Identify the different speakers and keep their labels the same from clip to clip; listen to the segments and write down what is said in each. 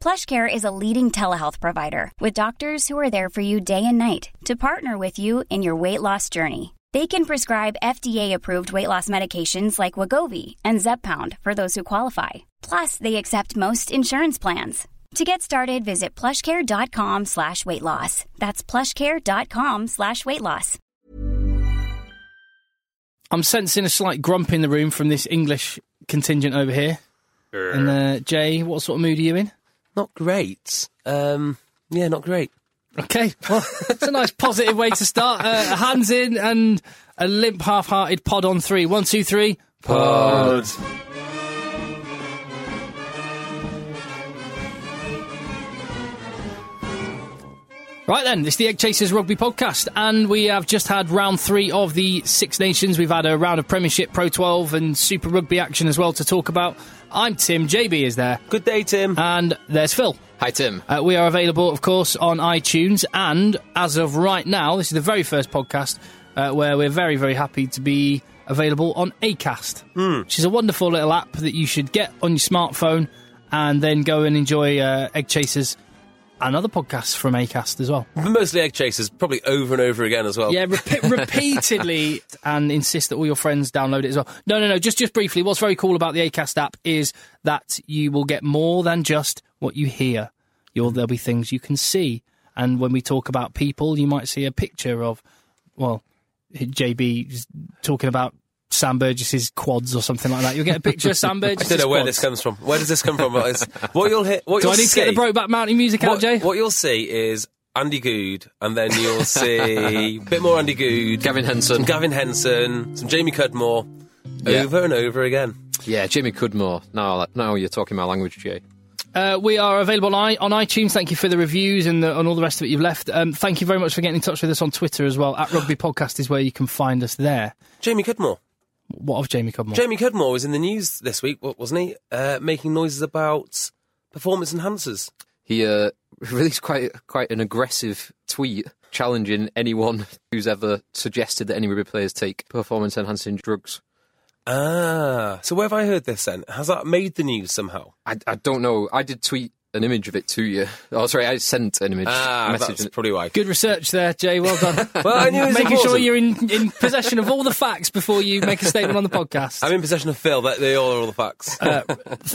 Speaker 1: PlushCare is a leading telehealth provider with doctors who are there for you day and night to partner with you in your weight loss journey. They can prescribe FDA-approved weight loss medications like Wagovi and Zepbound for those who qualify. Plus, they accept most insurance plans. To get started, visit plushcare.com slash weight loss. That's plushcare.com slash weight loss.
Speaker 2: I'm sensing a slight grump in the room from this English contingent over here. And uh, Jay, what sort of mood are you in?
Speaker 3: Not great. Um, yeah, not great.
Speaker 2: Okay, well, it's a nice positive way to start. Uh, hands in and a limp, half-hearted pod on three. One, two, three.
Speaker 4: Pod.
Speaker 2: Right then, it's the Egg Chasers Rugby Podcast, and we have just had round three of the Six Nations. We've had a round of Premiership, Pro 12, and Super Rugby action as well to talk about. I'm Tim, JB is there,
Speaker 3: Good day, Tim.
Speaker 2: and there's Phil.
Speaker 4: Hi, Tim.
Speaker 2: Uh, we are available, of course, on iTunes, and as of right now, this is the very first podcast uh, where we're very, very happy to be available on Acast, which is a wonderful little app that you should get on your smartphone and then go and enjoy uh, Egg Chasers and other podcasts from Acast as well.
Speaker 3: Mostly egg chasers, probably over and over again as well.
Speaker 2: Yeah, repe- repeatedly, and insist that all your friends download it as well. No, no, no. Just, just briefly. What's very cool about the Acast app is that you will get more than just what you hear. You'll there'll be things you can see, and when we talk about people, you might see a picture of, well, JB is talking about Sam Burgess's quads or something like that. You'll get a picture of Sam
Speaker 3: I
Speaker 2: Burgess's.
Speaker 3: don't know where
Speaker 2: quads.
Speaker 3: this comes from. Where does this come from? It's- what you'll hear, what
Speaker 2: Do
Speaker 3: you'll
Speaker 2: I need
Speaker 3: see,
Speaker 2: to get the Brokeback Mountain music out,
Speaker 3: what,
Speaker 2: Jay?
Speaker 3: what you'll see is Andy Good, and then you'll see a bit more Andy Good,
Speaker 4: Gavin
Speaker 3: some
Speaker 4: Henson.
Speaker 3: Gavin Henson, some Jamie Cudmore,
Speaker 4: Yeah.
Speaker 3: over and over again.
Speaker 4: yeah, Jimmy Cudmore. Now, now you're talking my language, Jay.
Speaker 2: Uh, we are available on, i- on iTunes. Thank you for the reviews and, the, and all the rest of it you've left. Um, thank you very much for getting in touch with us on Twitter as well. At Rugby Podcast is where you can find us there.
Speaker 3: Jamie Cudmore.
Speaker 2: What of Jamie Cudmore?
Speaker 3: Jamie Cudmore was in the news this week, wa- wasn't he? Uh, making noises about performance enhancers.
Speaker 4: He uh, released quite quite an aggressive tweet challenging anyone who's ever suggested that any rugby players take performance enhancing drugs.
Speaker 3: Ah, so where have I heard this then? Has that made the news somehow?
Speaker 4: I, I don't know. I did tweet an image of it to you. Oh, sorry, I sent an image.
Speaker 3: Ah,
Speaker 4: message.
Speaker 3: that's probably why.
Speaker 2: Good research there, Jay. Well done.
Speaker 3: Well, I knew it was
Speaker 2: Making sure
Speaker 3: important.
Speaker 2: you're in, in possession of all the facts before you make a statement on the podcast.
Speaker 3: I'm in possession of Phil. That they all are all the facts.
Speaker 2: Uh,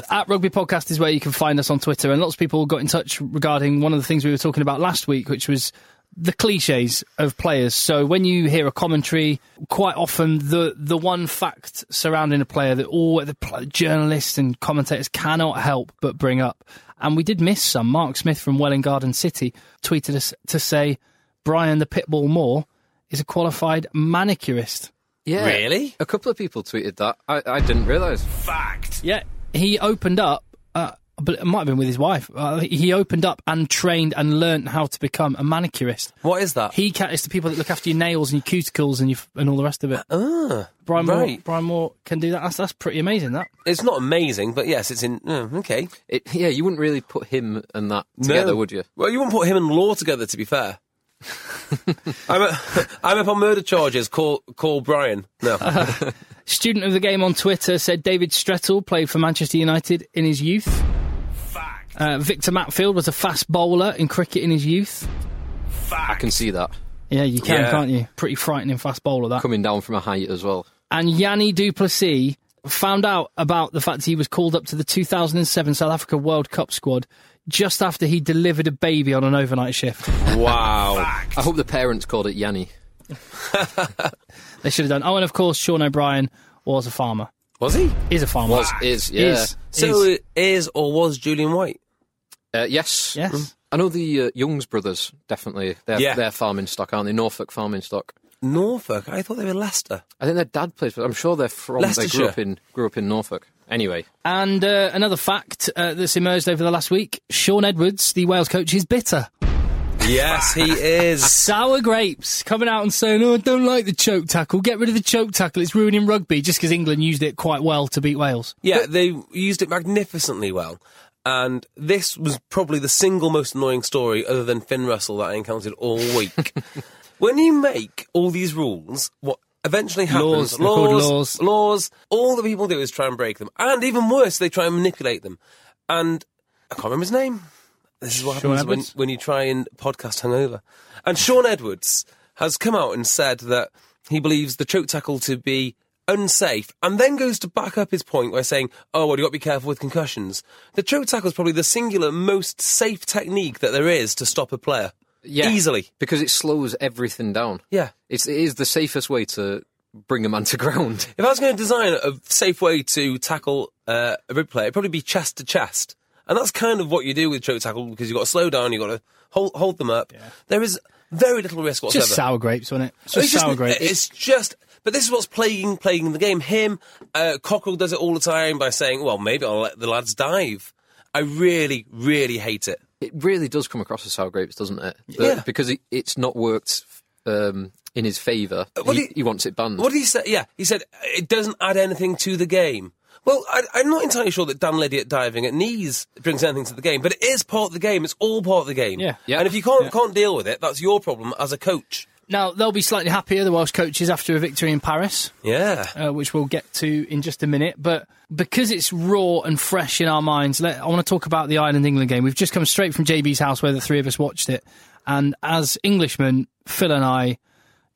Speaker 2: at Rugby Podcast is where you can find us on Twitter. And lots of people got in touch regarding one of the things we were talking about last week, which was the cliches of players. So when you hear a commentary, quite often the the one fact surrounding a player that all the pl- journalists and commentators cannot help but bring up. And we did miss some. Mark Smith from Welling Garden City tweeted us to say Brian the Pitbull Moore is a qualified manicurist.
Speaker 4: yeah.
Speaker 3: Really?
Speaker 4: A couple of people tweeted that. I, I didn't realise.
Speaker 2: Yeah, he opened up uh, but it might have been with his wife. Uh, he opened up and trained and learnt how to become a manicurist.
Speaker 3: What is that?
Speaker 2: He ca- it's the people that look after your nails and your cuticles and your, f- and all the rest of it.
Speaker 3: ah,
Speaker 2: Brian Moore,
Speaker 3: right.
Speaker 2: Brian Moore can do that. That's, that's pretty amazing. That
Speaker 3: It's not amazing, but yes, it's in. mm, okay.
Speaker 4: It, yeah, you wouldn't really put him and that together,
Speaker 3: No.
Speaker 4: would you?
Speaker 3: Well, you wouldn't put him and Law together, to be fair. I'm, a, I'm up on murder charges. Call call Brian. No.
Speaker 2: student of the game on Twitter said David Strettle played for Manchester United in his youth. Uh, Victor Matfield was a fast bowler in cricket in his youth.
Speaker 4: I can see that
Speaker 2: Yeah, you can,
Speaker 3: Yeah.
Speaker 2: can't you? Pretty frightening fast bowler that.
Speaker 4: coming down from a height as well.
Speaker 2: and Yanni Duplessis found out about the fact he was called up to the 2007 South Africa World Cup squad just after he delivered a baby on an overnight shift.
Speaker 3: wow.
Speaker 4: I hope the parents called it Yanni.
Speaker 2: They should have done. Oh, and of course, Sean O'Brien was a farmer.
Speaker 3: Was he?
Speaker 2: Is a farmer.
Speaker 4: Was is yeah.
Speaker 2: Is.
Speaker 3: So uh,
Speaker 2: is.
Speaker 3: it is or was Julian White?
Speaker 4: Uh, yes.
Speaker 2: Yes.
Speaker 4: Mm. I know the uh, Youngs brothers definitely. They're,
Speaker 3: Yeah.
Speaker 4: they're farming stock, aren't they? Norfolk farming stock.
Speaker 3: Norfolk. I thought they were Leicester.
Speaker 4: I think their dad plays, but I'm sure they're from. They grew
Speaker 3: Leicestershire.
Speaker 4: up in grew up in Norfolk. Anyway,
Speaker 2: And uh, another fact uh, that's emerged over the last week Sean Edwards, the Wales coach, is bitter.
Speaker 3: Yes, he is.
Speaker 2: Sour grapes coming out and saying, Oh, I don't like the choke tackle. Get rid of the choke tackle. It's ruining rugby just because England used it quite well to beat Wales.
Speaker 3: Yeah, they used it magnificently well. And this was probably the single most annoying story, other than Finn Russell, that I encountered all week. when you make all these rules, what eventually
Speaker 2: Laws,
Speaker 3: happens?
Speaker 2: they're called laws.
Speaker 3: laws, laws, All the people do is try and break them, and even worse, they try and manipulate them. And I can't remember his name. This is what
Speaker 2: Sean
Speaker 3: happens when,
Speaker 2: Edwards?
Speaker 3: when you try and podcast hungover. And Sean Edwards has come out and said that he believes the choke tackle to be unsafe, and then goes to back up his point by saying, "Oh, well, you got to be careful with concussions. The choke tackle is probably the singular most safe technique that there is to stop a player
Speaker 4: yeah,
Speaker 3: easily.
Speaker 4: because it slows everything down.
Speaker 3: Yeah,
Speaker 4: It's it is the safest way to bring a man to ground.
Speaker 3: If I was going to design a safe way to tackle uh, a rib player, it'd probably be chest to chest. And that's kind of what you do with choke tackle because you've got to slow down, you've got to hold, hold them up. There is very little risk whatsoever.
Speaker 2: Just sour grapes, wasn't it? It's
Speaker 3: It's
Speaker 2: Just sour grapes.
Speaker 3: It's just. But this is what's plaguing plaguing the game. Him, uh, Cockrell does it all the time by saying, well, maybe I'll let the lads dive. I really, really hate it.
Speaker 4: It really does come across as sour grapes, doesn't it?
Speaker 3: Yeah.
Speaker 4: Because it, it's not worked um, in his favour.
Speaker 3: what do
Speaker 4: He,
Speaker 3: you-
Speaker 4: he wants it banned.
Speaker 3: What did he say? Yeah, he said uh, it doesn't add anything to the game. Well, I, I'm not entirely sure that Dan Liddy at diving at knees brings anything to the game, but it is part of the game. It's all part of the game.
Speaker 2: Yeah.
Speaker 4: Yeah.
Speaker 3: And if you can't can't deal with it, that's your problem as a coach.
Speaker 2: Now, they'll be slightly happier, the Welsh coaches, after a victory in Paris,
Speaker 3: Yeah.
Speaker 2: uh, which we'll get to in just a minute. But because it's raw and fresh in our minds, let, I want to talk about the Ireland England game. We've just come straight from JB's house where the three of us watched it. And as Englishmen, Phil and I,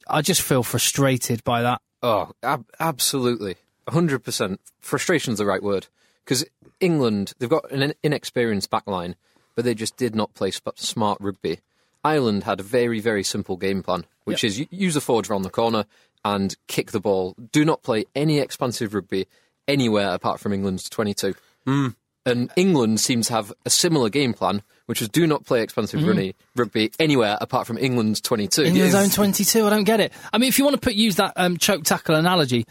Speaker 2: I just feel frustrated by that.
Speaker 4: Oh, ab- absolutely. 100%. Frustration's the right word. Because England, they've got an in- inexperienced backline, but they just did not play sp- smart rugby. Ireland had a very, very simple game plan, which is is use a forward around the corner and kick the ball. Do not play any expansive rugby anywhere apart from England's 22. And England seemed to have a similar game plan, which was do not play expansive runny rugby anywhere apart from England's 22.
Speaker 2: In the
Speaker 4: Yes.
Speaker 2: zone 22, I don't get it. I mean, if you want to put use that um, choke tackle analogy,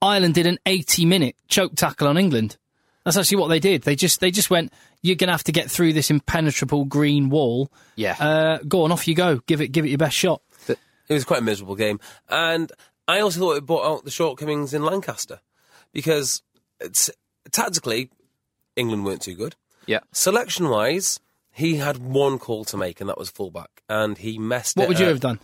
Speaker 2: Ireland did an 80 minute choke tackle on England. That's actually what they did. They just they just went, you're going to have to get through this impenetrable green wall.
Speaker 4: Yeah.
Speaker 2: Uh, go on, off you go. Give it give it your best shot.
Speaker 3: It was quite a miserable game. And I also thought it brought out the shortcomings in Lancaster because it's, tactically, England weren't too good.
Speaker 4: yeah.
Speaker 3: Selection wise, he had one call to make, and that was fullback. And he messed
Speaker 2: What
Speaker 3: it
Speaker 2: would you
Speaker 3: up.
Speaker 2: have done?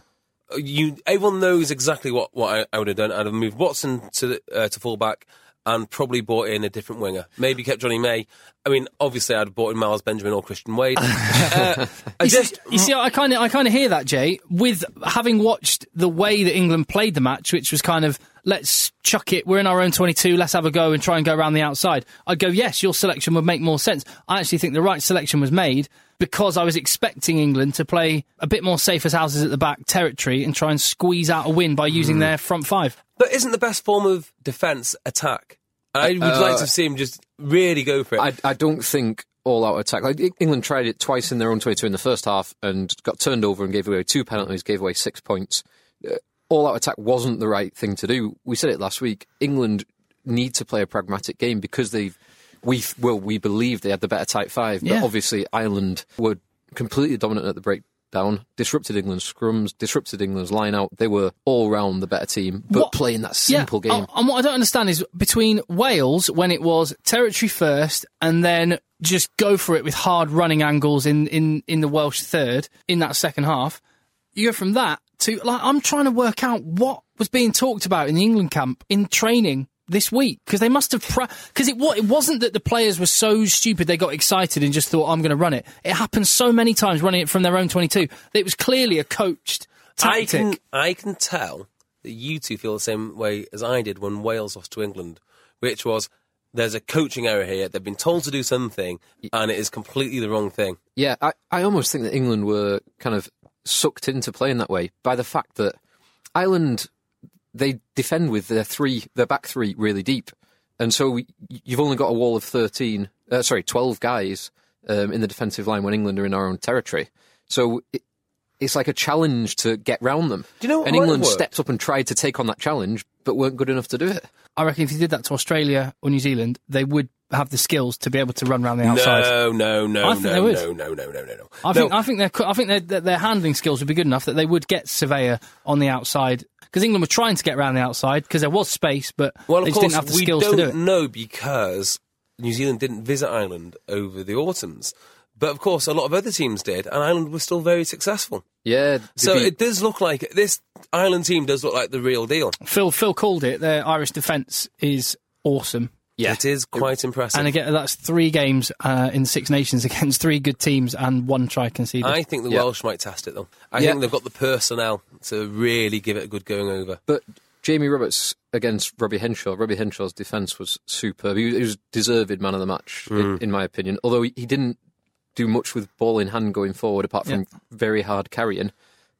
Speaker 3: you everyone knows exactly what, what I, I would have done. I'd have moved Watson to the, uh, to fullback and probably brought in a different winger. Maybe kept Johnny May. I mean, obviously, I'd have brought in Miles Benjamin or Christian Wade. uh, I
Speaker 2: You see-
Speaker 3: just
Speaker 2: you see, I kind of, I kind of hear that, Jay. With having watched the way that England played the match, which was kind of let's chuck it, we're in our own twenty-two, let's have a go and try and go around the outside. I'd go, yes, your selection would make more sense. I actually think the right selection was made because I was expecting England to play a bit more safe as houses at the back territory and try and squeeze out a win by using their front five.
Speaker 3: but isn't the best form of defence attack? I would like
Speaker 2: Uh,
Speaker 3: to see him just really go for it.
Speaker 4: I, I don't think all out attack. Like E-, England tried it twice in their own 22 in the first half and got turned over and gave away two penalties, gave away six points. Uh, all out attack wasn't the right thing to do. We said it last week. England need to play a pragmatic game because they've we th- well we believe they had the better tight five, but
Speaker 2: Yeah.
Speaker 4: obviously Ireland were completely dominant at the breakdown, disrupted England's scrums, disrupted England's line out. They were all round the better team, but
Speaker 2: What-
Speaker 4: playing that
Speaker 2: Yeah,
Speaker 4: simple
Speaker 2: and-
Speaker 4: game.
Speaker 2: And what I don't understand is between Wales when it was territory first and then just go for it with hard running angles in, in, in the Welsh third in that second half. You go from that to like I'm trying to work out what was being talked about in the England camp in training this week because they must have because it what it wasn't that the players were so stupid they got excited and just thought I'm going to run it. It happened so many times running it from their own 22. It was clearly a coached
Speaker 3: I
Speaker 2: tactic.
Speaker 3: can, I can tell that you two feel the same way as I did when Wales lost to England, which was there's a coaching error here. They've been told to do something, and it is completely the wrong thing.
Speaker 4: Yeah, I, I almost think that England were kind of sucked into playing that way by the fact that Ireland they defend with their three their back three really deep, and so we, you've only got a wall of thirteen, uh, sorry, twelve guys um, in the defensive line when England are in our own territory. So it, it's like a challenge to get round them.
Speaker 3: Do you know what
Speaker 4: and
Speaker 3: might have
Speaker 4: England
Speaker 3: worked?
Speaker 4: stepped up and tried to take on that challenge, but weren't good enough to do it.
Speaker 2: I reckon if you did that to Australia or New Zealand, they would have the skills to be able to run around the outside.
Speaker 3: No, no, no,
Speaker 2: I
Speaker 3: no,
Speaker 2: think they
Speaker 3: no,
Speaker 2: would.
Speaker 3: no, no, no, no, no.
Speaker 2: I think
Speaker 3: No,
Speaker 2: I think their I think their, their, their handling skills would be good enough that they would get Surveyor on the outside because England were trying to get around the outside because there was space, but
Speaker 3: well, of
Speaker 2: they just
Speaker 3: course,
Speaker 2: didn't have the
Speaker 3: we
Speaker 2: skills to
Speaker 3: don't
Speaker 2: do it.
Speaker 3: know because New Zealand didn't visit Ireland over the autumns. But of course, a lot of other teams did, and Ireland was still very successful.
Speaker 4: Yeah, they
Speaker 3: So
Speaker 4: beat-
Speaker 3: it does look like this Ireland team does look like the real deal.
Speaker 2: Phil Phil called it. Their Irish defence is awesome,
Speaker 4: yeah,
Speaker 3: It is quite impressive.
Speaker 2: and again, that's three games uh, in Six Nations against three good teams and one try conceded.
Speaker 3: I think the
Speaker 4: Yeah.
Speaker 3: Welsh might test it though. I
Speaker 4: Yeah.
Speaker 3: think they've got the personnel to really give it a good going over.
Speaker 4: But Jamie Roberts against Robbie Henshaw, Robbie Henshaw's defence was superb. He was, he was deserved man of the match, i- in, my opinion. Although he, he didn't do much with ball in hand going forward, apart from very hard carrying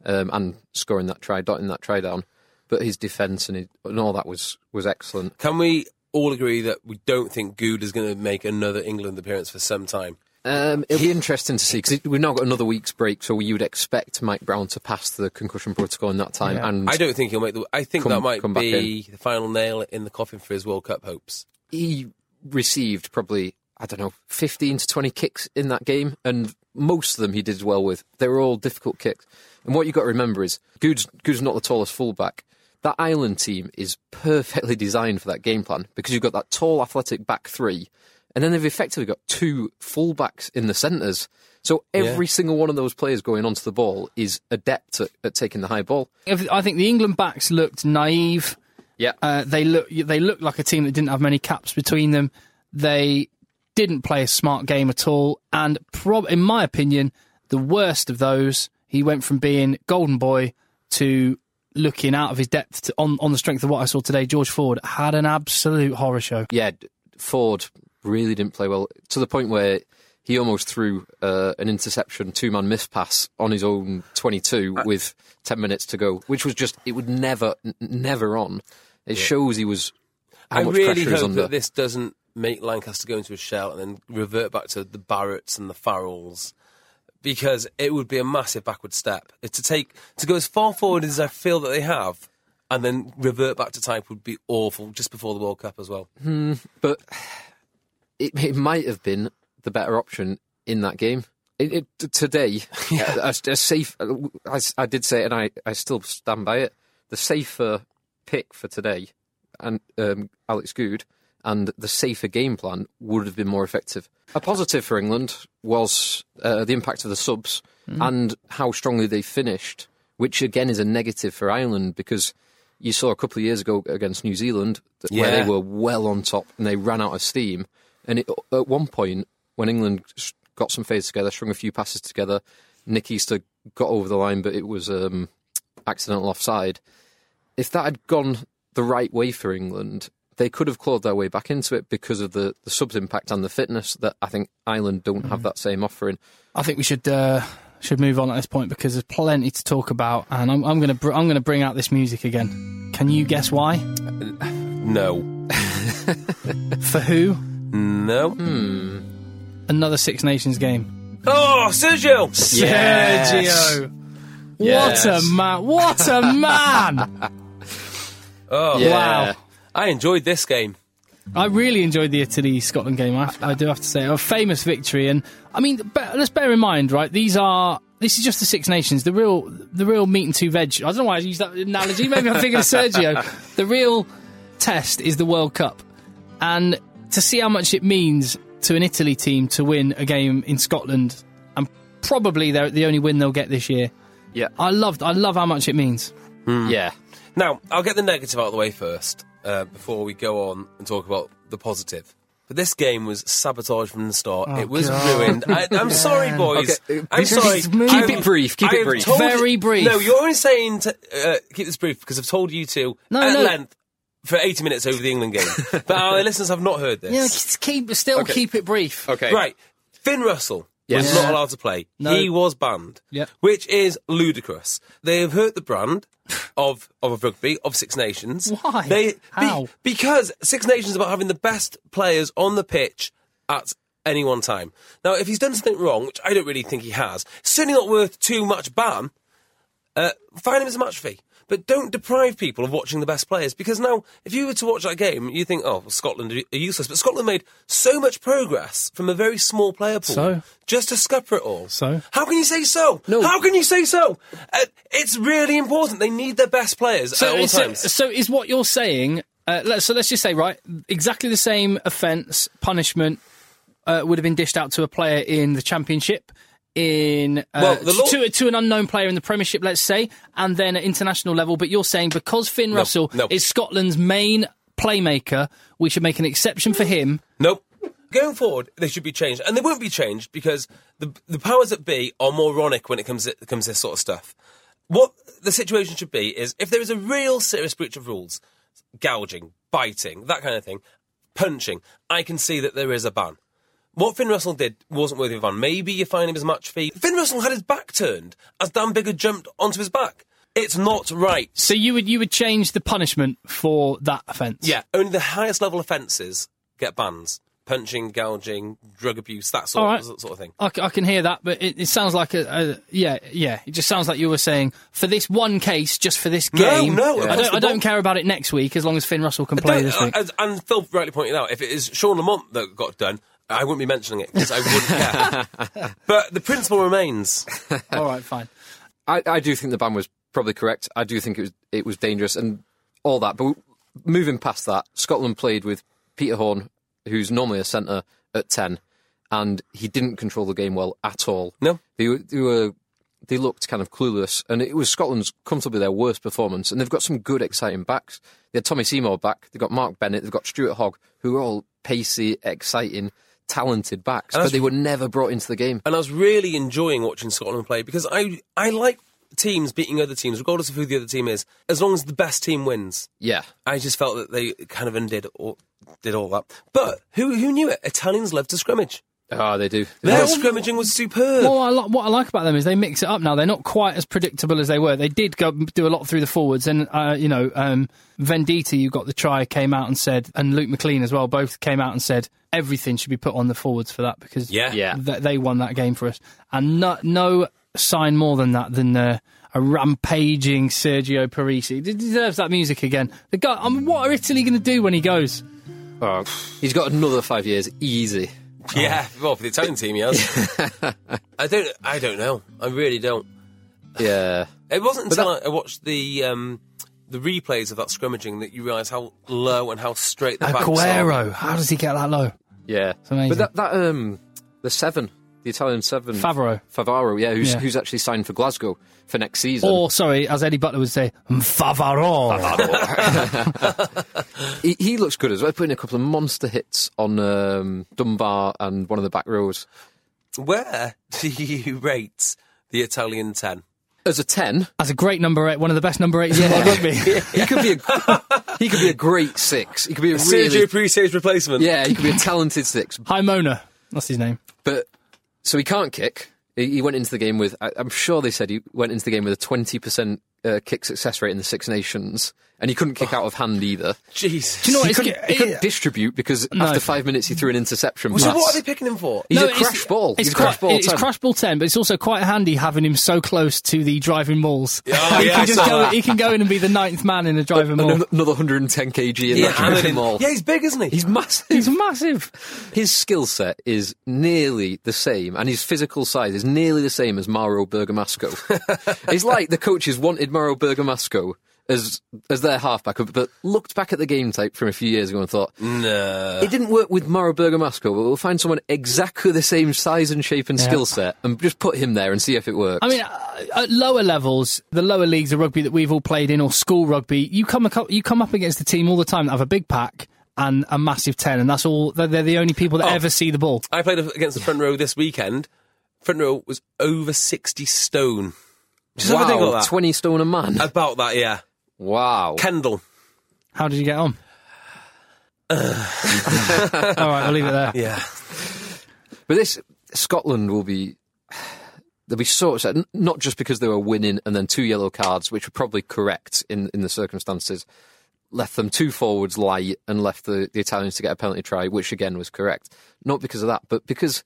Speaker 4: um, and scoring that try, dotting that try down. But his defence and, his- and all that was, was excellent.
Speaker 3: Can we all agree that we don't think Good is going to make another England appearance for some time?
Speaker 4: Um, it'll be interesting to see because we've now got another week's break, so you would expect Mike Brown to pass the concussion protocol in that time. And
Speaker 3: I don't think he'll make the. I think
Speaker 4: Come-
Speaker 3: that might
Speaker 4: come back
Speaker 3: be the final nail in the coffin for his World Cup hopes.
Speaker 4: he received probably I don't know fifteen to twenty kicks in that game, and most of them he did well with. They were all difficult kicks. And what you have got to remember is Good's Good's not the tallest fullback. That Ireland team is perfectly designed for that game plan because you've got that tall, athletic back three, and then they've effectively got two fullbacks in the centres. So every single one of those players going onto the ball is adept at, at taking the high ball.
Speaker 2: If- I think the England backs looked naive.
Speaker 4: Yeah,
Speaker 2: Uh, they look they looked like a team that didn't have many caps between them. They didn't play a smart game at all, and prob- in my opinion, the worst of those. He went from being golden boy to looking out of his depth to, on on the strength of what I saw today. George Ford had an absolute horror show.
Speaker 4: yeah, d- Ford really didn't play well to the point where he almost threw uh, an interception, two man miss pass on his own 22
Speaker 3: Uh,
Speaker 4: with 10 minutes to go, which was just, it would never, n- never on. It shows he was, how
Speaker 3: I
Speaker 4: much
Speaker 3: really
Speaker 4: pressure he's
Speaker 3: hope
Speaker 4: under.
Speaker 3: that this doesn't make Lancaster go into a shell and then revert back to the Barretts and the Farrells. Because it would be a massive backward step to take to go as far forward as I feel that they have, and then revert back to type would be awful just before the World Cup as well.
Speaker 4: but it, it might have been the better option in that game. It, it, t- today, a, a safe. uh, I, s- I did say it, and I, I still stand by it. The safer pick for today, and um, Alex Good, and the safer game plan would have been more effective. A positive for England was uh, the impact of the subs and how strongly they finished, which again is a negative for Ireland because you saw a couple of years ago against New Zealand that where
Speaker 3: Yeah.
Speaker 4: they were well on top and they ran out of steam. And it, at one point, when England s- got some phase together, strung a few passes together, Nick Easter got over the line, but it was um, accidental offside. If that had gone the right way for England, they could have clawed their way back into it because of the, the subs impact and the fitness that I think Ireland don't have that same offering.
Speaker 2: I think we should uh, should move on at this point because there's plenty to talk about, and I'm, I'm gonna br- I'm gonna bring out this music again. Can you guess why?
Speaker 3: No,
Speaker 2: For who?
Speaker 3: no.
Speaker 4: Hmm.
Speaker 2: Another Six Nations game.
Speaker 3: Oh, Sergio!
Speaker 4: Yes.
Speaker 2: Sergio. What a
Speaker 4: Yes.
Speaker 2: man! What a man!
Speaker 3: Oh,
Speaker 4: Yeah.
Speaker 2: Wow.
Speaker 3: I Oh, enjoyed this game.
Speaker 2: I really enjoyed the Italy Scotland game. I, I do have to say, a famous victory. And I mean, be- let's bear in mind, right? These are this is just the Six Nations. The real, the real meat and two veg. I don't know why I use that analogy. Maybe I'm thinking of Sergio. The real test is the World Cup, and to see how much it means to an Italy team to win a game in Scotland, and probably they're the only win they'll get this year.
Speaker 4: Yeah.
Speaker 2: I loved. I love how much it means.
Speaker 4: Yeah.
Speaker 3: Now, I'll get the negative out of the way first uh, before we go on and talk about the positive. But this game was sabotaged from the start. it was ruined. I, I'm sorry, boys.
Speaker 4: Oh, Okay,
Speaker 3: I'm
Speaker 4: this is-
Speaker 3: sorry.
Speaker 4: keep
Speaker 3: I've-
Speaker 4: it brief, keep it
Speaker 3: I've
Speaker 4: brief.
Speaker 3: told you-
Speaker 2: Very brief.
Speaker 3: No, you're only saying to uh, keep this brief because I've told you to
Speaker 2: No,
Speaker 3: at
Speaker 2: no.
Speaker 3: length for 80 minutes over the England game. but our listeners have not heard this.
Speaker 2: Yeah, just keep still
Speaker 4: Okay.
Speaker 2: keep it brief.
Speaker 4: Okay.
Speaker 3: Right. Finn Russell
Speaker 4: Yes.
Speaker 3: was
Speaker 4: Yeah.
Speaker 3: not allowed to play.
Speaker 2: No.
Speaker 3: He was banned.
Speaker 2: Yep.
Speaker 3: Which is ludicrous. They have hurt the brand of of rugby, of Six Nations.
Speaker 2: Why?
Speaker 3: They be-
Speaker 2: How?
Speaker 3: because Six Nations is about having the best players on the pitch at any one time. Now, if he's done something wrong, which I don't really think he has, certainly not worth too much ban, uh, find him as a match fee. But don't deprive people of watching the best players because now, if you were to watch that game, you think, oh, well, Scotland are useless. But Scotland made so much progress from a very small player pool
Speaker 2: So?
Speaker 3: just to scupper it all.
Speaker 2: So?
Speaker 3: How can you say so?
Speaker 4: No.
Speaker 3: How can you say so? Uh, it's really important. They need their best players at
Speaker 2: So,
Speaker 3: all
Speaker 2: is, so,
Speaker 3: times.
Speaker 2: so is what you're saying? Uh, let, so let's just say, right, exactly the same offence punishment uh, would have been dished out to a player in the championship, in uh,
Speaker 3: Well, the law-
Speaker 2: to, to an unknown player in the Premiership, let's say, and then at international level. But you're saying because Finn Russell
Speaker 3: no.
Speaker 2: is Scotland's main playmaker, we should make an exception for him.
Speaker 3: Nope. Going forward, they should be changed, and they won't be changed because the the powers that be are moronic when it comes it comes to this sort of stuff. What the situation should be is if there is a real serious breach of rules, gouging, biting, that kind of thing, punching, I can see that there is a ban. What Finn Russell did wasn't worthy of a ban. Maybe you find him as much fee. Finn Russell had his back turned as Dan Bigger jumped onto his back. It's not right.
Speaker 2: So you would you would change the punishment for that offence?
Speaker 3: Yeah, only the highest level offences get bans. Punching, gouging, drug abuse, that sort,
Speaker 2: All right.
Speaker 3: sort of thing.
Speaker 2: I, c- I can hear that, but it, it sounds like a, a yeah, yeah. It just sounds like you were saying for this one case, just for this
Speaker 3: No,
Speaker 2: game.
Speaker 3: no,
Speaker 2: I don't,
Speaker 3: across the
Speaker 2: I don't
Speaker 3: board.
Speaker 2: care about it next week as long as Finn Russell can play
Speaker 3: Don't-
Speaker 2: this week.
Speaker 3: uh, as- and Phil rightly pointed out, if it is Sean Lamont that got done, I wouldn't be mentioning it because I wouldn't care. But the principle remains.
Speaker 2: All right, fine.
Speaker 4: I, I do think the ban was probably correct. I do think it was it was dangerous and all that. But moving past that, Scotland played with Peter Horn, who's normally a centre at ten, and he didn't control the game well at all.
Speaker 3: No.
Speaker 4: they, were- they were they looked kind of clueless, and it was Scotland's comfortably their worst performance. And they've got some good, exciting backs. They had Tommy Seymour back. They've got Mark Bennett. They've got Stuart Hogg, who are all pacey, exciting, talented backs, but
Speaker 3: that's-
Speaker 4: they were never brought into the game.
Speaker 3: And I was really enjoying watching Scotland play because I, I like teams beating other teams, regardless of who the other team is, as long as the best team wins.
Speaker 4: Yeah,
Speaker 3: I just felt that they kind of undid all, did all that. But who, who knew it? Italians love to scrimmage.
Speaker 4: ah, they do. They
Speaker 3: Their
Speaker 4: do.
Speaker 3: scrimmaging was superb.
Speaker 2: Well, I li- what I like about them is they mix it up now. They're not quite as predictable as they were. They did go do a lot through the forwards, and uh, you know, um, Venditti, you got the try, came out and said, and Luke McLean as well, both came out and said everything should be put on the forwards for that because
Speaker 3: Yeah.
Speaker 4: Yeah.
Speaker 2: th- they won that game for us, and no, no sign more than that than uh, a rampaging Sergio Parisi. He deserves that music again. The guy, I mean, what are Italy going to do when he goes?
Speaker 4: Oh, he's got another five years easy.
Speaker 3: Yeah, well, for the Italian team, he has. I don't, I don't know. I really don't.
Speaker 4: Yeah.
Speaker 3: It wasn't until I I watched the um, the replays of that scrimmaging that you realise how low and how straight the backs are.
Speaker 2: Aguero, how does he get that low?
Speaker 4: Yeah.
Speaker 2: amazing.
Speaker 4: But that, that um the seven, the Italian seven
Speaker 2: Favaro.
Speaker 4: Favaro, yeah, who's
Speaker 2: Yeah.
Speaker 4: who's actually signed for Glasgow for next season.
Speaker 2: Or sorry, as Eddie Butler would say, Favaro.
Speaker 4: He, he looks good as well, putting a couple of monster hits on um, Dunbar and one of the back rows.
Speaker 3: Where do you rate the Italian ten?
Speaker 4: As a ten,
Speaker 2: That's a great number eight, one of the best number eights in world rugby.
Speaker 4: he could be a he could be a great six. He could be a really
Speaker 3: Sergio Parisi's replacement.
Speaker 4: yeah, he could be a talented six.
Speaker 2: Himona, that's his name.
Speaker 4: But so he can't kick. He he went into the game with. I- I'm sure they said he went into the game with a 20% uh, kick success rate in the Six Nations, and he couldn't kick out of hand either.
Speaker 3: Jesus.
Speaker 2: Do you know what?
Speaker 4: He
Speaker 2: It's
Speaker 4: couldn't,
Speaker 2: ge-
Speaker 4: he couldn't
Speaker 2: it-
Speaker 4: distribute because
Speaker 2: No.
Speaker 4: after five minutes he threw an interception.
Speaker 3: So
Speaker 4: pass.
Speaker 3: what are they picking him for?
Speaker 4: He's
Speaker 2: No,
Speaker 4: a
Speaker 2: it's-
Speaker 4: crash ball.
Speaker 2: It's
Speaker 4: He's a crash
Speaker 2: quite-
Speaker 4: ball.
Speaker 2: It's
Speaker 4: ten.
Speaker 2: crash ball ten, but it's also quite handy having him so close to the driving malls.
Speaker 3: Oh,
Speaker 2: he,
Speaker 3: yeah, I
Speaker 2: can just
Speaker 3: saw
Speaker 2: go,
Speaker 3: that.
Speaker 2: he can go in and be the ninth man in a driving mall.
Speaker 4: Another, another 110 kg in
Speaker 3: Yeah,
Speaker 4: that
Speaker 3: hammered
Speaker 4: driving
Speaker 3: him.
Speaker 4: mall.
Speaker 3: yeah, he's big, isn't he?
Speaker 4: He's massive.
Speaker 2: He's massive.
Speaker 4: His skill set is nearly the same, and his physical size is nearly the same as Mauro Bergamasco. it's like the coaches wanted Mauro Bergamasco as as their halfback, but looked back at the game tape from a few years ago and thought,
Speaker 3: no.
Speaker 4: it didn't work with Mauro Bergamasco, but we'll find someone exactly the same size and shape and
Speaker 2: Yeah.
Speaker 4: skill set and just put him there and see if it works.
Speaker 2: I mean, uh, at lower levels, the lower leagues of rugby that we've all played in, or school rugby, you come ac- you come up against a team all the time that have a big pack and a massive ten, and that's all. They're, they're the only people that
Speaker 3: Oh.
Speaker 2: ever see the ball.
Speaker 3: I played against the front row this weekend. Front row was over 60 stone. Just have a think
Speaker 4: wow,
Speaker 3: about that.
Speaker 4: 20 stone a man.
Speaker 3: About that, yeah.
Speaker 4: wow.
Speaker 3: Kendall.
Speaker 2: How did you get on? all right, I'll leave it there.
Speaker 3: Yeah.
Speaker 4: But this Scotland will be they'll be so upset, n- not just because they were winning and then two yellow cards, which were probably correct in in the circumstances, left them two forwards light and left the, the Italians to get a penalty try, which again was correct. Not because of that, but because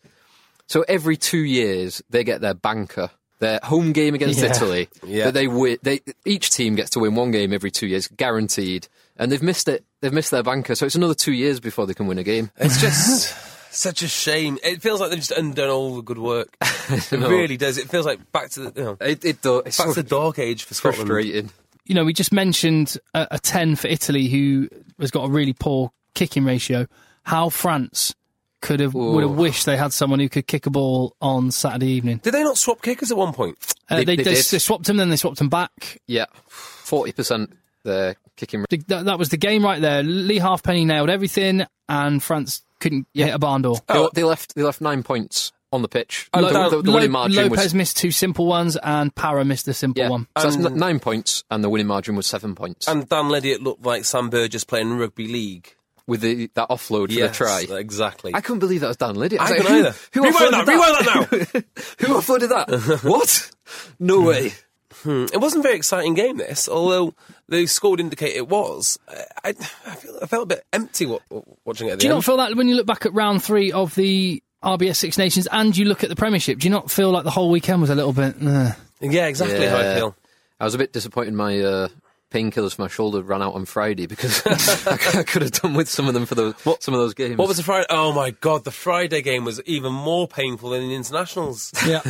Speaker 4: so every two years they get their banker. Their home game against
Speaker 2: Yeah.
Speaker 4: Italy,
Speaker 3: Yeah.
Speaker 4: that they win. They each team gets to win one game every two years, guaranteed. And they've missed it. They've missed their banker, so it's another two years before they can win a game.
Speaker 3: It's just such a shame. It feels like they've just undone all the good work. It really does. It feels like back to the, you know, back
Speaker 4: It, it do- it's
Speaker 3: to
Speaker 4: so
Speaker 3: the dark age for Scotland.
Speaker 4: frustrating.
Speaker 2: you know, we just mentioned a, a 10 for Italy who has got a really poor kicking ratio. How France could have would have
Speaker 4: Ooh.
Speaker 2: wished they had someone who could kick a ball on Saturday evening.
Speaker 3: Did they not swap kickers at one point?
Speaker 2: Uh, they,
Speaker 4: They-
Speaker 2: they,
Speaker 4: they did.
Speaker 2: they swapped him, then they swapped him back.
Speaker 4: Yeah, forty percent the kicking.
Speaker 2: The- That, that was the game right there. Lee Halfpenny nailed everything, and France couldn't hit a barn door.
Speaker 3: Oh.
Speaker 4: They, they left. They left nine points on the pitch.
Speaker 2: Oh,
Speaker 4: the,
Speaker 2: Lo-
Speaker 4: the- the winning
Speaker 2: Lo-
Speaker 4: margin
Speaker 2: Lopez
Speaker 4: was
Speaker 2: missed two simple ones, and Para missed the simple
Speaker 4: yeah.
Speaker 2: one.
Speaker 4: So that's n- nine points, and the winning margin was seven points
Speaker 3: And Dan Leddy looked like Sam Burgess playing rugby league.
Speaker 4: with the that offload
Speaker 3: Yes,
Speaker 4: for the try.
Speaker 3: Exactly.
Speaker 4: I couldn't believe that was Dan Liddy.
Speaker 3: I couldn't either.
Speaker 4: Who
Speaker 3: Rewind
Speaker 4: offloaded
Speaker 3: that, rewind
Speaker 4: who offloaded that? what? No way.
Speaker 3: Hmm. It wasn't a very exciting game, this, although the score would indicate it was. I, I, I, feel, I felt a bit empty wa- watching it at the
Speaker 2: Do you
Speaker 3: end.
Speaker 2: not feel that when you look back at round three of the RBS Six Nations and you look at the Premiership, do you not feel like the whole weekend was a little bit. Uh,
Speaker 3: yeah, exactly how I
Speaker 4: Yeah.
Speaker 3: feel.
Speaker 4: I was a bit disappointed. My uh, painkillers for my shoulder ran out on Friday because I c- I could have done with some of them for the some of those games.
Speaker 3: What was the Friday? Oh my God, the Friday game was even more painful than the internationals.
Speaker 2: yeah.